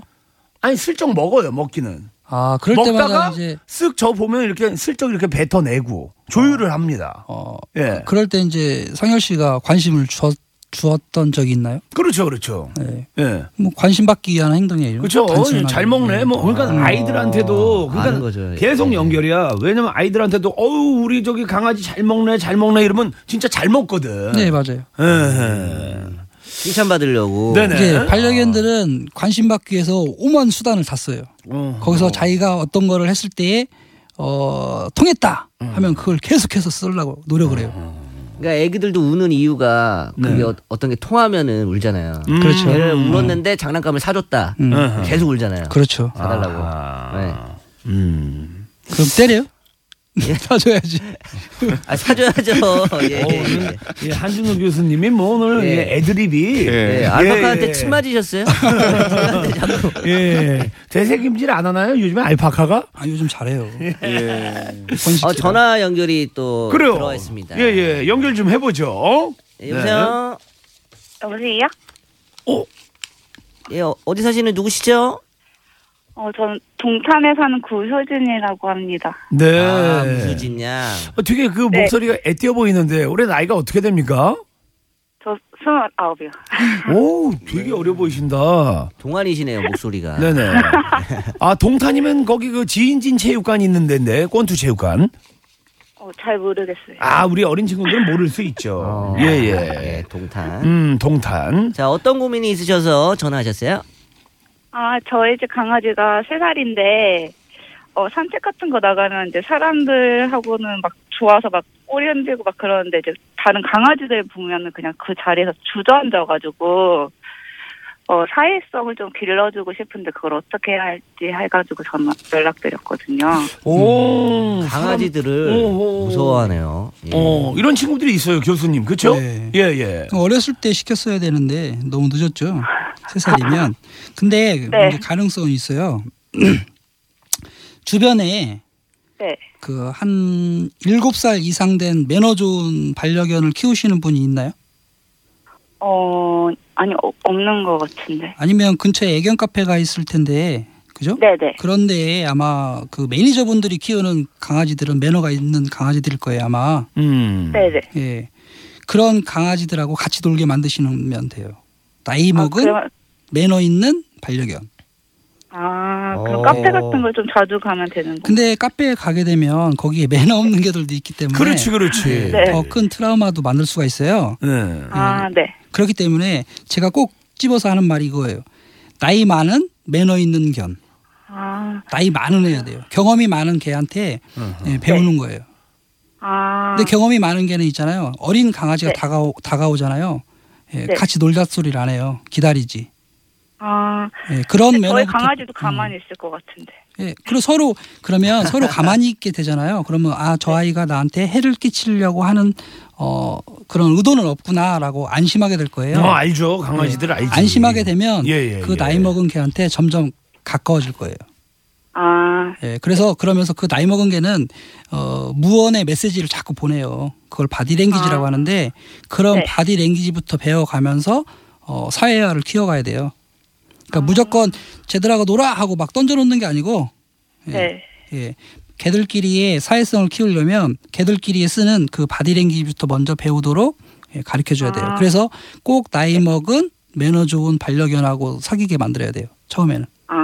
[SPEAKER 6] 아니 슬쩍 먹어요 먹기는
[SPEAKER 8] 아 그럴 때마다
[SPEAKER 6] 먹다가
[SPEAKER 8] 이제
[SPEAKER 6] 쓱 저 보면 이렇게 슬쩍 이렇게 뱉어내고 조율을 합니다
[SPEAKER 8] 어,
[SPEAKER 6] 예
[SPEAKER 8] 그럴 때 이제 상열 씨가 관심을 주었, 주었던 적이 있나요?
[SPEAKER 6] 그렇죠 그렇죠
[SPEAKER 8] 네.
[SPEAKER 6] 예.
[SPEAKER 8] 뭐 관심 받기 위한 행동이에요. 예.
[SPEAKER 6] 그렇죠.
[SPEAKER 8] 단순하게.
[SPEAKER 6] 잘 먹네. 뭐 그러니까 아, 이들한테도 그러니까
[SPEAKER 2] 아는 거죠.
[SPEAKER 6] 계속
[SPEAKER 2] 예.
[SPEAKER 6] 연결이야. 왜냐면 아이들한테도 어우 우리 저기 강아지 잘 먹네, 잘 먹네 이러면 진짜 잘 먹거든.
[SPEAKER 8] 네 음, 맞아요.
[SPEAKER 6] 예.
[SPEAKER 2] 칭찬받으려고.
[SPEAKER 6] 네네.
[SPEAKER 8] 이게 반려견들은 관심 받기 위해서 오만 수단을 다 써요.
[SPEAKER 6] 어.
[SPEAKER 8] 거기서 자기가 어떤 거를 했을 때에 어, 통했다
[SPEAKER 6] 음.
[SPEAKER 8] 하면 그걸 계속해서 쓰려고 노력을 해요.
[SPEAKER 2] 그러니까 애기들도 우는 이유가 그게
[SPEAKER 6] 네.
[SPEAKER 2] 어, 어떤 게 통하면은 울잖아요.
[SPEAKER 6] 음.
[SPEAKER 8] 그렇죠.
[SPEAKER 2] 얘를 울었는데 장난감을 사줬다.
[SPEAKER 8] 음.
[SPEAKER 6] 음.
[SPEAKER 2] 계속 울잖아요.
[SPEAKER 8] 그렇죠.
[SPEAKER 2] 사달라고.
[SPEAKER 8] 네.
[SPEAKER 2] 네.
[SPEAKER 6] 아. 음.
[SPEAKER 8] 그럼 때려요?
[SPEAKER 6] 예.
[SPEAKER 8] 사줘야지.
[SPEAKER 2] 네. 아 사줘야죠.
[SPEAKER 6] 어,
[SPEAKER 2] 예. 예.
[SPEAKER 6] 예, 한준호 교수님이 뭐 오늘
[SPEAKER 2] 예.
[SPEAKER 6] 예, 애드립이
[SPEAKER 3] 예.
[SPEAKER 2] 예. 알파카한테 침 맞으셨어요?
[SPEAKER 6] 예. 대세김질 안 하나요? 요즘에 알파카가?
[SPEAKER 8] 아 요즘 잘해요.
[SPEAKER 3] 예.
[SPEAKER 8] 번식.
[SPEAKER 2] 어, 전화 연결이 또
[SPEAKER 6] 그래요.
[SPEAKER 2] 뭐 들어와 있습니다.
[SPEAKER 6] 예, 예. 연결 좀 해보죠.
[SPEAKER 2] 예, 여보세요.
[SPEAKER 10] 여보세요?
[SPEAKER 6] 어, 네.
[SPEAKER 2] 예, 어, 어디 사시는 누구시죠?
[SPEAKER 10] 어, 저는 동탄에 사는 구효진이라고 합니다.
[SPEAKER 6] 네.
[SPEAKER 2] 아, 무슨 집냐?
[SPEAKER 6] 어, 되게 그
[SPEAKER 10] 네.
[SPEAKER 6] 목소리가 애띄어 보이는데 올해 나이가 어떻게 됩니까?
[SPEAKER 10] 저 스물아홉이요.
[SPEAKER 6] 오, 되게
[SPEAKER 2] 네.
[SPEAKER 6] 어려 보이신다.
[SPEAKER 2] 동안이시네요 목소리가.
[SPEAKER 6] 네네. 아 동탄이면 거기 그 지인진 체육관 있는 데인데 권투 체육관.
[SPEAKER 10] 어, 잘 모르겠어요.
[SPEAKER 6] 아 우리 어린 친구들은 모를 수 있죠. 예예.
[SPEAKER 2] 예, 동탄.
[SPEAKER 6] 음 동탄.
[SPEAKER 2] 자, 어떤 고민이 있으셔서 전화하셨어요?
[SPEAKER 10] 아, 저희 집 강아지가 세살인데 어, 산책 같은 거 나가면 이제 사람들하고는 막 좋아서 막 꼬리 흔들고 막 그러는데 이제 다른 강아지들 보면은 그냥 그 자리에서 주저앉아가지고, 어, 사회성을 좀 길러주고 싶은데 그걸 어떻게 해야 할지 해가지고 전화 연락드렸거든요.
[SPEAKER 6] 오
[SPEAKER 2] 강아지들을
[SPEAKER 6] 어, 음. 사람- 오, 오.
[SPEAKER 2] 무서워하네요. 예.
[SPEAKER 6] 사람- 어 이런 친구들이 있어요 교수님 그렇죠?
[SPEAKER 8] 네.
[SPEAKER 6] 예예.
[SPEAKER 8] 그럼 어렸을 때 시켰어야 되는데 너무 늦었죠. 세 살이면. 근데
[SPEAKER 10] 네.
[SPEAKER 8] 이제 가능성은 있어요. 주변에
[SPEAKER 10] 네.
[SPEAKER 8] 그 한 일곱 살 이상 된 매너 좋은 반려견을 키우시는 분이 있나요?
[SPEAKER 10] 어, 아니, 어, 없는 것 같은데.
[SPEAKER 8] 아니면 근처에 애견 카페가 있을 텐데 그죠?
[SPEAKER 10] 네네.
[SPEAKER 8] 그런데 아마 그 매니저분들이 키우는 강아지들은 매너가 있는 강아지들일 거예요 아마
[SPEAKER 6] 음.
[SPEAKER 10] 네네.
[SPEAKER 8] 예 그런 강아지들하고 같이 놀게 만드시면 돼요 나이
[SPEAKER 10] 아,
[SPEAKER 8] 먹은
[SPEAKER 10] 그럼-
[SPEAKER 8] 매너 있는 반려견
[SPEAKER 10] 아, 그럼
[SPEAKER 2] 어.
[SPEAKER 10] 카페 같은 걸 좀 자주 가면 되는 거.
[SPEAKER 8] 근데 카페에 가게 되면 거기에 매너 없는 개들도 있기 때문에
[SPEAKER 6] 그렇지 그렇지.
[SPEAKER 10] 네.
[SPEAKER 8] 더 큰 트라우마도 만들 수가 있어요
[SPEAKER 6] 네.
[SPEAKER 10] 아, 네.
[SPEAKER 8] 그렇기 때문에 제가 꼭 집어서 하는 말이 이거예요 나이 많은 매너 있는 견
[SPEAKER 10] 아,
[SPEAKER 8] 나이 많은 애야 돼요. 경험이 많은 개한테
[SPEAKER 6] 네.
[SPEAKER 8] 예, 배우는 거예요.
[SPEAKER 10] 아,
[SPEAKER 8] 근데 경험이 많은 개는 있잖아요. 어린 강아지가
[SPEAKER 10] 네.
[SPEAKER 8] 다가오, 다가오잖아요. 예,
[SPEAKER 10] 네.
[SPEAKER 8] 같이 놀다 소리를 안 해요. 기다리지.
[SPEAKER 10] 아.
[SPEAKER 8] 예, 그런 음.
[SPEAKER 10] 근데 저희
[SPEAKER 8] 면에서
[SPEAKER 10] 강아지도 가만히 있을 것 같은데.
[SPEAKER 8] 예, 그리고 서로 그러면 서로 가만히 있게 되잖아요. 그러면 아
[SPEAKER 6] 네.
[SPEAKER 8] 저 아이가 나한테 해를 끼치려고 하는 어 그런 의도는 없구나라고 안심하게 될 거예요.
[SPEAKER 6] 어, 알죠. 강아지들
[SPEAKER 2] 네.
[SPEAKER 6] 알지.
[SPEAKER 8] 안심하게 되면
[SPEAKER 6] 예, 예,
[SPEAKER 8] 그
[SPEAKER 6] 예.
[SPEAKER 8] 나이 먹은 개한테 점점 가까워질 거예요.
[SPEAKER 10] 아,
[SPEAKER 8] 예, 그래서 그러면서 그 나이 먹은 개는 어 무언의 메시지를 자꾸 보내요. 그걸 바디 랭귀지라고
[SPEAKER 10] 아.
[SPEAKER 8] 하는데 그런
[SPEAKER 10] 네.
[SPEAKER 8] 바디 랭귀지부터 배워가면서 어 사회화를 키워가야 돼요. 그러니까
[SPEAKER 6] 아.
[SPEAKER 8] 무조건 쟤들하고 놀아 하고 막 던져놓는 게 아니고 예.
[SPEAKER 10] 네.
[SPEAKER 8] 예. 개들끼리의 사회성을 키우려면 개들끼리에 쓰는 그 바디랭귀지부터 먼저 배우도록 예, 가르쳐줘야 돼요.
[SPEAKER 10] 아.
[SPEAKER 8] 그래서 꼭 나이 먹은 매너 좋은 반려견하고 사귀게 만들어야 돼요. 처음에는.
[SPEAKER 10] 아,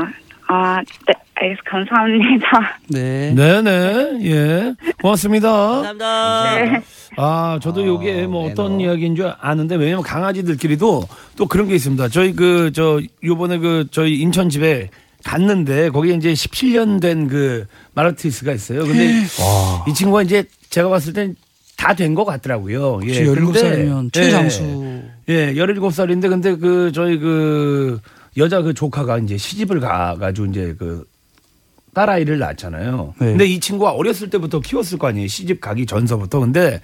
[SPEAKER 10] 아, 네, 알겠습니다. 감사합니다.
[SPEAKER 8] 네.
[SPEAKER 6] 네네 예 고맙습니다.
[SPEAKER 2] 감사합니다.
[SPEAKER 6] 아 저도 요게 뭐
[SPEAKER 2] 아,
[SPEAKER 6] 어떤
[SPEAKER 2] 매너.
[SPEAKER 6] 이야기인 줄 아는데 왜냐면 강아지들끼리도 또 그런 게 있습니다. 저희 그 저 요번에 그 저희 인천 집에 갔는데 거기에 이제 17년 된 그 마라티스가 있어요. 근데 이 친구가 이제 제가 봤을 땐 다 된 것 같더라고요. 예.
[SPEAKER 8] 혹시
[SPEAKER 6] 근데-
[SPEAKER 8] 17살이면
[SPEAKER 6] 예.
[SPEAKER 8] 최장수.
[SPEAKER 6] 예, 17살인데 근데 그 저희 그 여자 그 조카가 이제 시집을 가 가지고 이제 그 딸아이를 낳았잖아요.
[SPEAKER 8] 네.
[SPEAKER 6] 근데 이 친구가 어렸을 때부터 키웠을 거 아니에요. 시집 가기 전서부터. 근데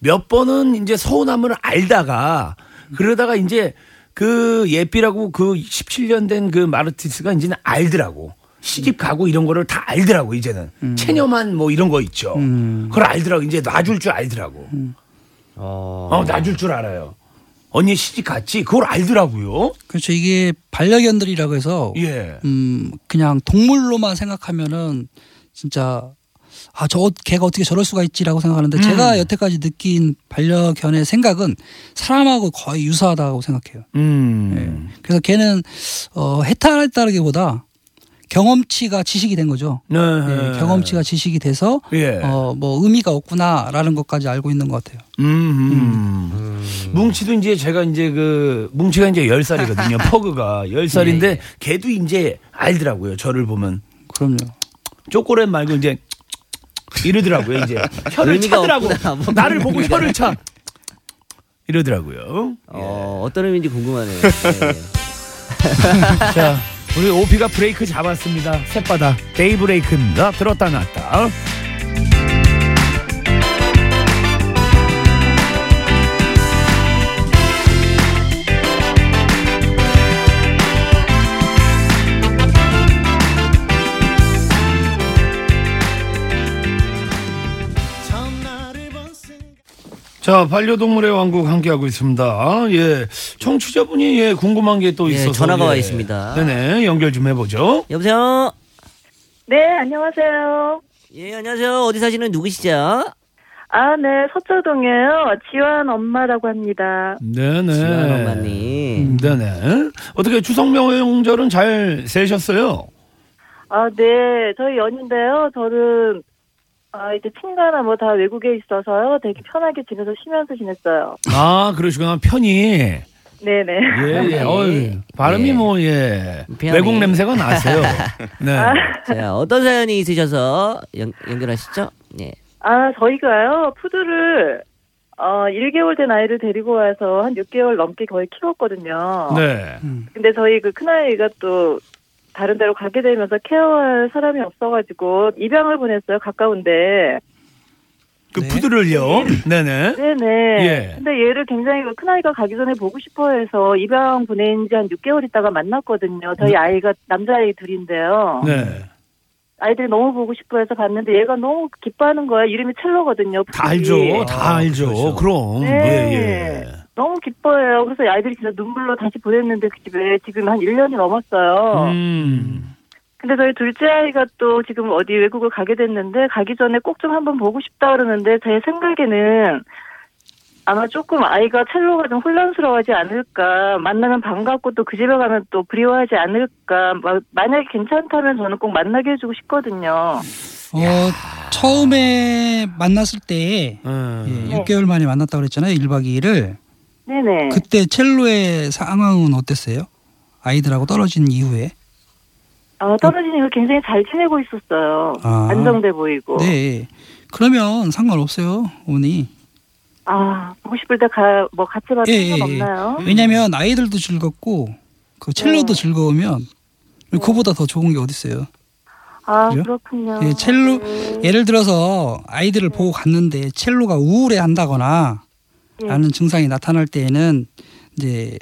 [SPEAKER 6] 몇 번은 이제 서운함을 알다가 그러다가 이제 그 예삐라고 그 17년 된 그 마르티스가 이제는 알더라고. 시집 가고 이런 거를 다 알더라고 이제는 체념한 뭐 이런 거 있죠. 그걸 알더라고 이제 놔줄 줄 알더라고. 어, 놔줄 줄 알아요. 언니 시집 갔지? 그걸 알더라고요.
[SPEAKER 8] 그렇죠. 이게 반려견들이라고 해서
[SPEAKER 6] 예.
[SPEAKER 8] 음 그냥 동물로만 생각하면은 진짜 아 저 개가 어떻게 저럴 수가 있지라고
[SPEAKER 6] 음.
[SPEAKER 8] 생각하는데 제가 여태까지 느낀 반려견의 생각은 사람하고 거의 유사하다고 생각해요.
[SPEAKER 6] 음.
[SPEAKER 8] 그래서 걔는 어, 해탈했다기보다 경험치가 지식이 된 거죠.
[SPEAKER 6] 네.
[SPEAKER 8] 예, 경험치가 지식이 돼서
[SPEAKER 6] 예.
[SPEAKER 8] 어, 뭐 의미가 없구나라는 것까지 알고 있는 것 같아요.
[SPEAKER 6] 음. 음. 뭉치도 이제 제가 이제 그 뭉치가 이제 10살이거든요. 퍼그가 10살인데 걔도 이제 알더라고요. 저를 보면
[SPEAKER 8] 그럼요.
[SPEAKER 6] 초콜릿 말고 이제 이러더라고요. 이제 혀를
[SPEAKER 2] 의미가
[SPEAKER 6] 차더라고.
[SPEAKER 2] 없구나. 뭐
[SPEAKER 6] 나를 보고
[SPEAKER 2] 의미가.
[SPEAKER 6] 혀를 차. 이러더라고요.
[SPEAKER 2] 어, 어떤 의미인지 궁금하네요. 예.
[SPEAKER 6] 자, 우리 오피가 브레이크 잡았습니다. 셋바다 데이 브레이크입니다. 들었다 놨다. 자, 반려동물의 왕국 함께하고 있습니다. 아, 예. 청취자분이 예, 궁금한 게 또
[SPEAKER 2] 예,
[SPEAKER 6] 있어서.
[SPEAKER 2] 전화가
[SPEAKER 6] 예.
[SPEAKER 2] 와 있습니다.
[SPEAKER 6] 네네, 연결 좀 해보죠.
[SPEAKER 2] 여보세요.
[SPEAKER 10] 네, 안녕하세요.
[SPEAKER 2] 예, 안녕하세요. 어디 사시는 누구시죠?
[SPEAKER 10] 아, 네, 서초동이에요. 지환 엄마라고 합니다.
[SPEAKER 6] 네네.
[SPEAKER 2] 지원 엄마님.
[SPEAKER 6] 음, 네네. 어떻게 추석 명절은 잘 세셨어요?
[SPEAKER 10] 아, 네, 저희 연인데요. 저는 아, 이제 친가나 뭐 다 외국에 있어서요. 되게 편하게 지내서 쉬면서 지냈어요.
[SPEAKER 6] 아, 그러시구나. 편히.
[SPEAKER 10] 네, 네.
[SPEAKER 6] 예, 예. 어이, 발음이
[SPEAKER 2] 예.
[SPEAKER 6] 뭐, 예.
[SPEAKER 2] 편히.
[SPEAKER 6] 외국 냄새가 나세요. 네.
[SPEAKER 2] 자, 어떤 사연이 있으셔서 연, 연결하시죠? 예.
[SPEAKER 10] 아, 저희가요, 푸드를, 어, 1개월 된 아이를 데리고 와서 한 6개월 넘게 거의 키웠거든요.
[SPEAKER 6] 네.
[SPEAKER 10] 근데 저희 그 큰아이가 또, 다른 데로 가게 되면서 케어할 사람이 없어가지고, 입양을 보냈어요, 가까운데.
[SPEAKER 6] 그 푸드를요? 네네.
[SPEAKER 10] 네네.
[SPEAKER 6] 예.
[SPEAKER 10] 근데 얘를 굉장히 그 큰아이가 가기 전에 보고 싶어 해서 입양 보낸 지 한 6개월 있다가 만났거든요. 저희 아이가 남자아이 둘인데요.
[SPEAKER 6] 네.
[SPEAKER 10] 아이들이 너무 보고 싶어 해서 갔는데 얘가 너무 기뻐하는 거야. 이름이 첼로거든요.
[SPEAKER 6] 다 알죠. 다
[SPEAKER 2] 아,
[SPEAKER 6] 알죠.
[SPEAKER 2] 그렇죠.
[SPEAKER 6] 그럼
[SPEAKER 10] 네.
[SPEAKER 6] 예, 예.
[SPEAKER 10] 너무 기뻐해요. 그래서 아이들이 진짜 눈물로 다시 보냈는데 그 집에 지금 한 1년이 넘었어요.
[SPEAKER 6] 음.
[SPEAKER 10] 근데 저희 둘째 아이가 또 지금 어디 외국을 가게 됐는데 가기 전에 꼭 좀 한번 보고 싶다 그러는데 제 생각에는 아마 조금 아이가 첼로가 좀 혼란스러워하지 않을까 만나면 반갑고 또 그 집에 가면 또 그리워하지 않을까 마- 만약에 괜찮다면 저는 꼭 만나게 해주고 싶거든요.
[SPEAKER 8] 어, 처음에 만났을 때
[SPEAKER 6] 음.
[SPEAKER 8] 예, 6개월 만에 만났다고 그랬잖아요. 1박 2일을.
[SPEAKER 10] 네네.
[SPEAKER 8] 그 그때 첼로의 상황은 어땠어요? 아이들하고 떨어진 이후에.
[SPEAKER 10] 어, 떨어지니까 굉장히 잘 지내고 있었어요.
[SPEAKER 8] 아.
[SPEAKER 10] 안정돼 보이고.
[SPEAKER 8] 네. 그러면 상관없어요, 어머니.
[SPEAKER 10] 아, 보고 싶을 때 가, 뭐 같이 가는
[SPEAKER 8] 예,
[SPEAKER 10] 건
[SPEAKER 8] 예, 예.
[SPEAKER 10] 없나요?
[SPEAKER 8] 왜냐면 아이들도 즐겁고 그 첼로도 즐거우면 그보다 더 좋은 게 어디 있어요?
[SPEAKER 10] 아,
[SPEAKER 8] 그래요?
[SPEAKER 10] 그렇군요. 네.
[SPEAKER 8] 예, 첼로 예를 들어서 아이들을 보고 갔는데 첼로가 우울해 한다거나
[SPEAKER 10] 예.
[SPEAKER 8] 라는 증상이 나타날 때에는 이제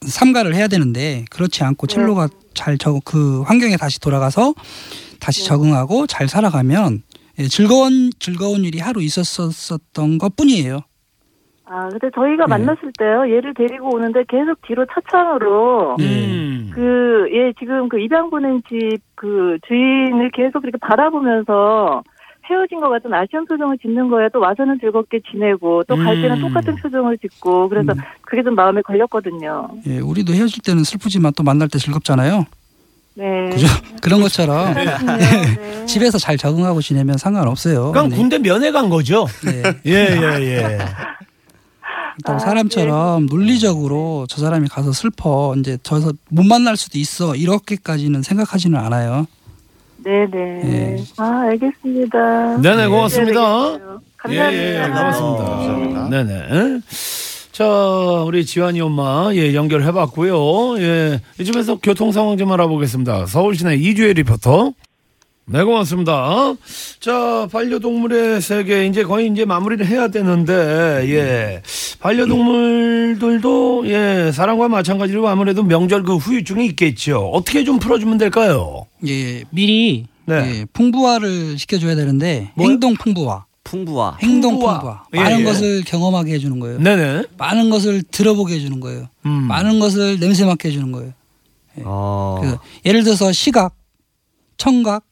[SPEAKER 8] 삼가를 해야 되는데 그렇지 않고 첼로가 잘 그 환경에 다시 돌아가서 다시 적응하고 잘 살아가면 예, 즐거운 즐거운 일이 하루 있었었던 것뿐이에요.
[SPEAKER 10] 아, 근데
[SPEAKER 8] 예.
[SPEAKER 10] 저희가 만났을 때요, 얘를 데리고 오는데 계속 뒤로 차창으로,
[SPEAKER 8] 예.
[SPEAKER 2] 예.
[SPEAKER 6] 음.
[SPEAKER 10] 그, 예, 지금 그 입양보낸 집 그 주인을 계속 이렇게 바라보면서 헤어진 것 같은 아쉬운 표정을 짓는 거예요. 또 와서는 즐겁게 지내고, 또 갈 때는
[SPEAKER 6] 음.
[SPEAKER 10] 똑같은 표정을 짓고, 그래서 그게 좀 마음에 걸렸거든요.
[SPEAKER 8] 예, 우리도 헤어질 때는 슬프지만 또 만날 때 즐겁잖아요.
[SPEAKER 10] 네.
[SPEAKER 8] 그죠? 그런 것처럼
[SPEAKER 10] 그렇군요. 네.
[SPEAKER 8] 집에서 잘 적응하고 지내면 상관없어요.
[SPEAKER 6] 그럼
[SPEAKER 8] 네.
[SPEAKER 6] 군대 면회 간 거죠.
[SPEAKER 8] 네.
[SPEAKER 6] 예, 예, 예.
[SPEAKER 8] 일단 사람처럼 논리적으로 저 사람이 가서 슬퍼 이제 저서 못 만날 수도 있어 이렇게까지는 생각하지는 않아요.
[SPEAKER 10] 네네.
[SPEAKER 8] 네.
[SPEAKER 10] 아, 알겠습니다.
[SPEAKER 6] 네네, 고맙습니다.
[SPEAKER 10] 기다리겠어요.
[SPEAKER 6] 예,
[SPEAKER 10] 감사합니다.
[SPEAKER 6] 예, 고맙습니다.
[SPEAKER 3] 감사합니다.
[SPEAKER 6] 네네. 자, 우리 지환이 엄마, 예, 연결해봤고요. 예, 이쯤에서 교통 상황 좀 알아보겠습니다. 서울시내 이주혜 리포터. 네, 고맙습니다. 자, 반려동물의 세계, 이제 거의 이제 마무리를 해야 되는데, 예. 반려동물들도, 예, 사람과 마찬가지로 아무래도 명절 그 후유증이 있겠죠. 어떻게 좀 풀어주면 될까요?
[SPEAKER 8] 예, 미리
[SPEAKER 6] 네.
[SPEAKER 8] 예, 풍부화를 시켜줘야 되는데
[SPEAKER 6] 뭐요?
[SPEAKER 8] 행동 풍부화,
[SPEAKER 2] 풍부와
[SPEAKER 8] 행동
[SPEAKER 6] 풍부화.
[SPEAKER 8] 풍부화,
[SPEAKER 6] 예,
[SPEAKER 8] 많은
[SPEAKER 6] 예.
[SPEAKER 8] 것을 경험하게 해주는 거예요.
[SPEAKER 6] 네네.
[SPEAKER 8] 많은 것을 들어보게 해주는 거예요.
[SPEAKER 6] 음.
[SPEAKER 8] 많은 것을 냄새 맡게 해주는 거예요.
[SPEAKER 2] 어.
[SPEAKER 8] 그 예를 들어서 시각, 청각,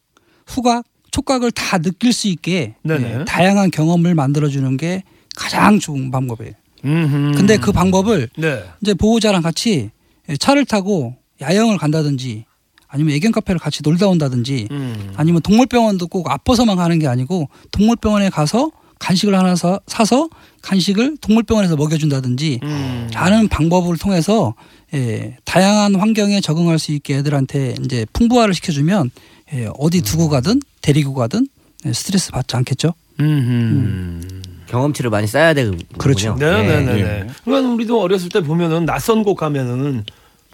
[SPEAKER 8] 후각, 촉각을 다 느낄 수 있게
[SPEAKER 6] 네네.
[SPEAKER 8] 예, 다양한 경험을 만들어주는 게 가장 좋은 방법이에요.
[SPEAKER 6] 음흠.
[SPEAKER 8] 근데 그 방법을
[SPEAKER 6] 네.
[SPEAKER 8] 이제 보호자랑 같이 예, 차를 타고 야영을 간다든지 아니면 애견 카페를 같이 놀다 온다든지
[SPEAKER 6] 음.
[SPEAKER 8] 아니면 동물병원도 꼭 아파서만 가는 게 아니고 동물병원에 가서 간식을 하나 사, 사서 간식을 동물병원에서 먹여준다든지
[SPEAKER 6] 음.
[SPEAKER 8] 많은 방법을 통해서 예, 다양한 환경에 적응할 수 있게 애들한테 이제 풍부화를 시켜주면 예, 어디 두고 가든 데리고 가든 예, 스트레스 받지 않겠죠.
[SPEAKER 6] 음.
[SPEAKER 2] 경험치를 많이 쌓아야 되거든요.
[SPEAKER 8] 그렇죠.
[SPEAKER 6] 네, 네,
[SPEAKER 2] 예.
[SPEAKER 6] 네. 네. 그러니까 우리도 어렸을 때 보면은 낯선 곳 가면은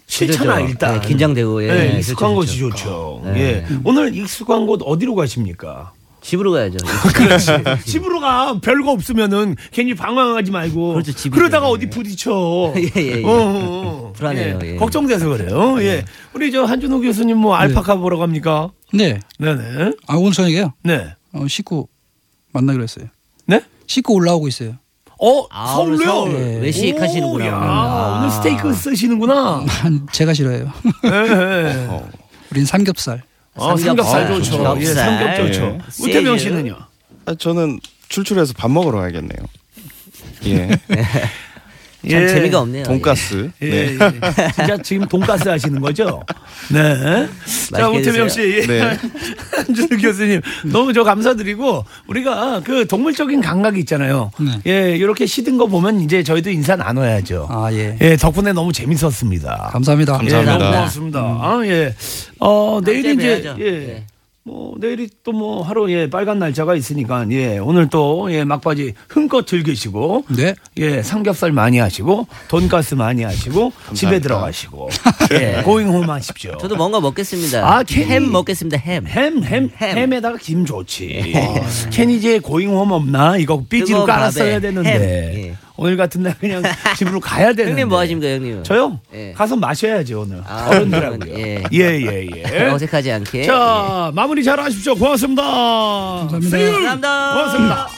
[SPEAKER 6] 싫잖아
[SPEAKER 2] 그렇죠.
[SPEAKER 6] 일단.
[SPEAKER 2] 네, 긴장되고, 예.
[SPEAKER 6] 네,
[SPEAKER 2] 그렇죠,
[SPEAKER 6] 익숙한
[SPEAKER 2] 그렇죠.
[SPEAKER 6] 곳이 좋죠.
[SPEAKER 2] 네.
[SPEAKER 6] 예. 오늘 익숙한 곳 어디로 가십니까?
[SPEAKER 2] 집으로 가야죠.
[SPEAKER 6] 그렇지. 집으로 가. 별거 없으면은 괜히 방황하지 말고.
[SPEAKER 2] 그렇죠, 집이죠.
[SPEAKER 6] 그러다가 어디
[SPEAKER 2] 예.
[SPEAKER 6] 부딪혀.
[SPEAKER 2] 예, 예, 예.
[SPEAKER 6] 어, 어, 어.
[SPEAKER 2] 불안해요, 예. 네.
[SPEAKER 6] 걱정돼서 그래요. 예. 우리 저 한준호 교수님 뭐 알파카 보러 갑니까?
[SPEAKER 8] 네,
[SPEAKER 6] 네, 네.
[SPEAKER 8] 아 오늘 저녁에요.
[SPEAKER 6] 네.
[SPEAKER 8] 어, 식구 만나기로 했어요.
[SPEAKER 6] 네?
[SPEAKER 8] 씻고 올라오고 있어요.
[SPEAKER 6] 어,
[SPEAKER 2] 아, 오늘
[SPEAKER 6] 서울로요?
[SPEAKER 2] 서울 외식
[SPEAKER 6] 오,
[SPEAKER 2] 하시는구나,
[SPEAKER 6] 야,
[SPEAKER 2] 오늘. 아.
[SPEAKER 6] 오늘 스테이크 쓰시는구나.
[SPEAKER 8] 제가 싫어해요.
[SPEAKER 6] 예, 예.
[SPEAKER 8] 우린 삼겹살.
[SPEAKER 6] 아, 삼겹살
[SPEAKER 2] 삼겹살
[SPEAKER 6] 좋죠.
[SPEAKER 2] 좋죠.
[SPEAKER 6] 예, 삼겹 좋죠.
[SPEAKER 2] 예.
[SPEAKER 6] 우태명
[SPEAKER 2] 세즈.
[SPEAKER 6] 씨는요?
[SPEAKER 3] 아, 저는 출출해서 밥 먹으러 가야겠네요. 예,
[SPEAKER 2] 네. 참 재미가 없네요.
[SPEAKER 3] 돈가스.
[SPEAKER 6] 예,
[SPEAKER 3] 네.
[SPEAKER 6] 예. 진짜 지금 돈가스 하시는 거죠? 네. 자,
[SPEAKER 2] 맛있게
[SPEAKER 6] 우태명 씨. 예.
[SPEAKER 3] 네.
[SPEAKER 6] 한준우 교수님, 너무 저 감사드리고, 우리가 그 동물적인 감각이 있잖아요.
[SPEAKER 8] 네.
[SPEAKER 6] 예, 이렇게 시든 거 보면 이제 저희도 인사 나눠야죠.
[SPEAKER 8] 아 예.
[SPEAKER 6] 예, 덕분에 너무 재밌었습니다.
[SPEAKER 8] 감사합니다.
[SPEAKER 3] 감사합니다.
[SPEAKER 6] 예, 너무 고맙습니다. 아, 예. 어,
[SPEAKER 2] 다음
[SPEAKER 6] 내일
[SPEAKER 2] 주에
[SPEAKER 6] 이제
[SPEAKER 2] 뵈야죠.
[SPEAKER 6] 예.
[SPEAKER 2] 네.
[SPEAKER 6] 뭐 내일이 또 뭐 하루 예 빨간 날짜가 있으니까 예 오늘 또예 막바지 흥껏 즐기시고
[SPEAKER 8] 네.
[SPEAKER 6] 예 삼겹살 많이 하시고 돈가스 많이 하시고 집에 들어가시고 예 고잉홈 하십시오.
[SPEAKER 2] 저도 뭐 뭔가 먹겠습니다.
[SPEAKER 6] 아, 케이.
[SPEAKER 2] 햄 먹겠습니다. 햄.
[SPEAKER 6] 햄, 햄,
[SPEAKER 2] 햄. 예.
[SPEAKER 6] 햄. 에다가김 좋지. 케니지의 고잉홈 없나? 이거 삐지로
[SPEAKER 2] 뜨거운
[SPEAKER 6] 깔았어야
[SPEAKER 2] 밥에
[SPEAKER 6] 되는데.
[SPEAKER 2] 햄. 예.
[SPEAKER 6] 오늘 같은 날 그냥 집으로 가야 되는데.
[SPEAKER 2] 형님 뭐 하십니까, 형님?
[SPEAKER 6] 저요?
[SPEAKER 2] 예.
[SPEAKER 6] 가서 마셔야지 오늘.
[SPEAKER 2] 아,
[SPEAKER 6] 어른들하고요.
[SPEAKER 2] 예.
[SPEAKER 6] 예, 예, 예.
[SPEAKER 2] 어색하지 않게.
[SPEAKER 6] 자, 마무리 잘 하십시오. 고맙습니다.
[SPEAKER 8] 감사합니다.
[SPEAKER 2] 예. 감사합니다.
[SPEAKER 6] 고맙습니다.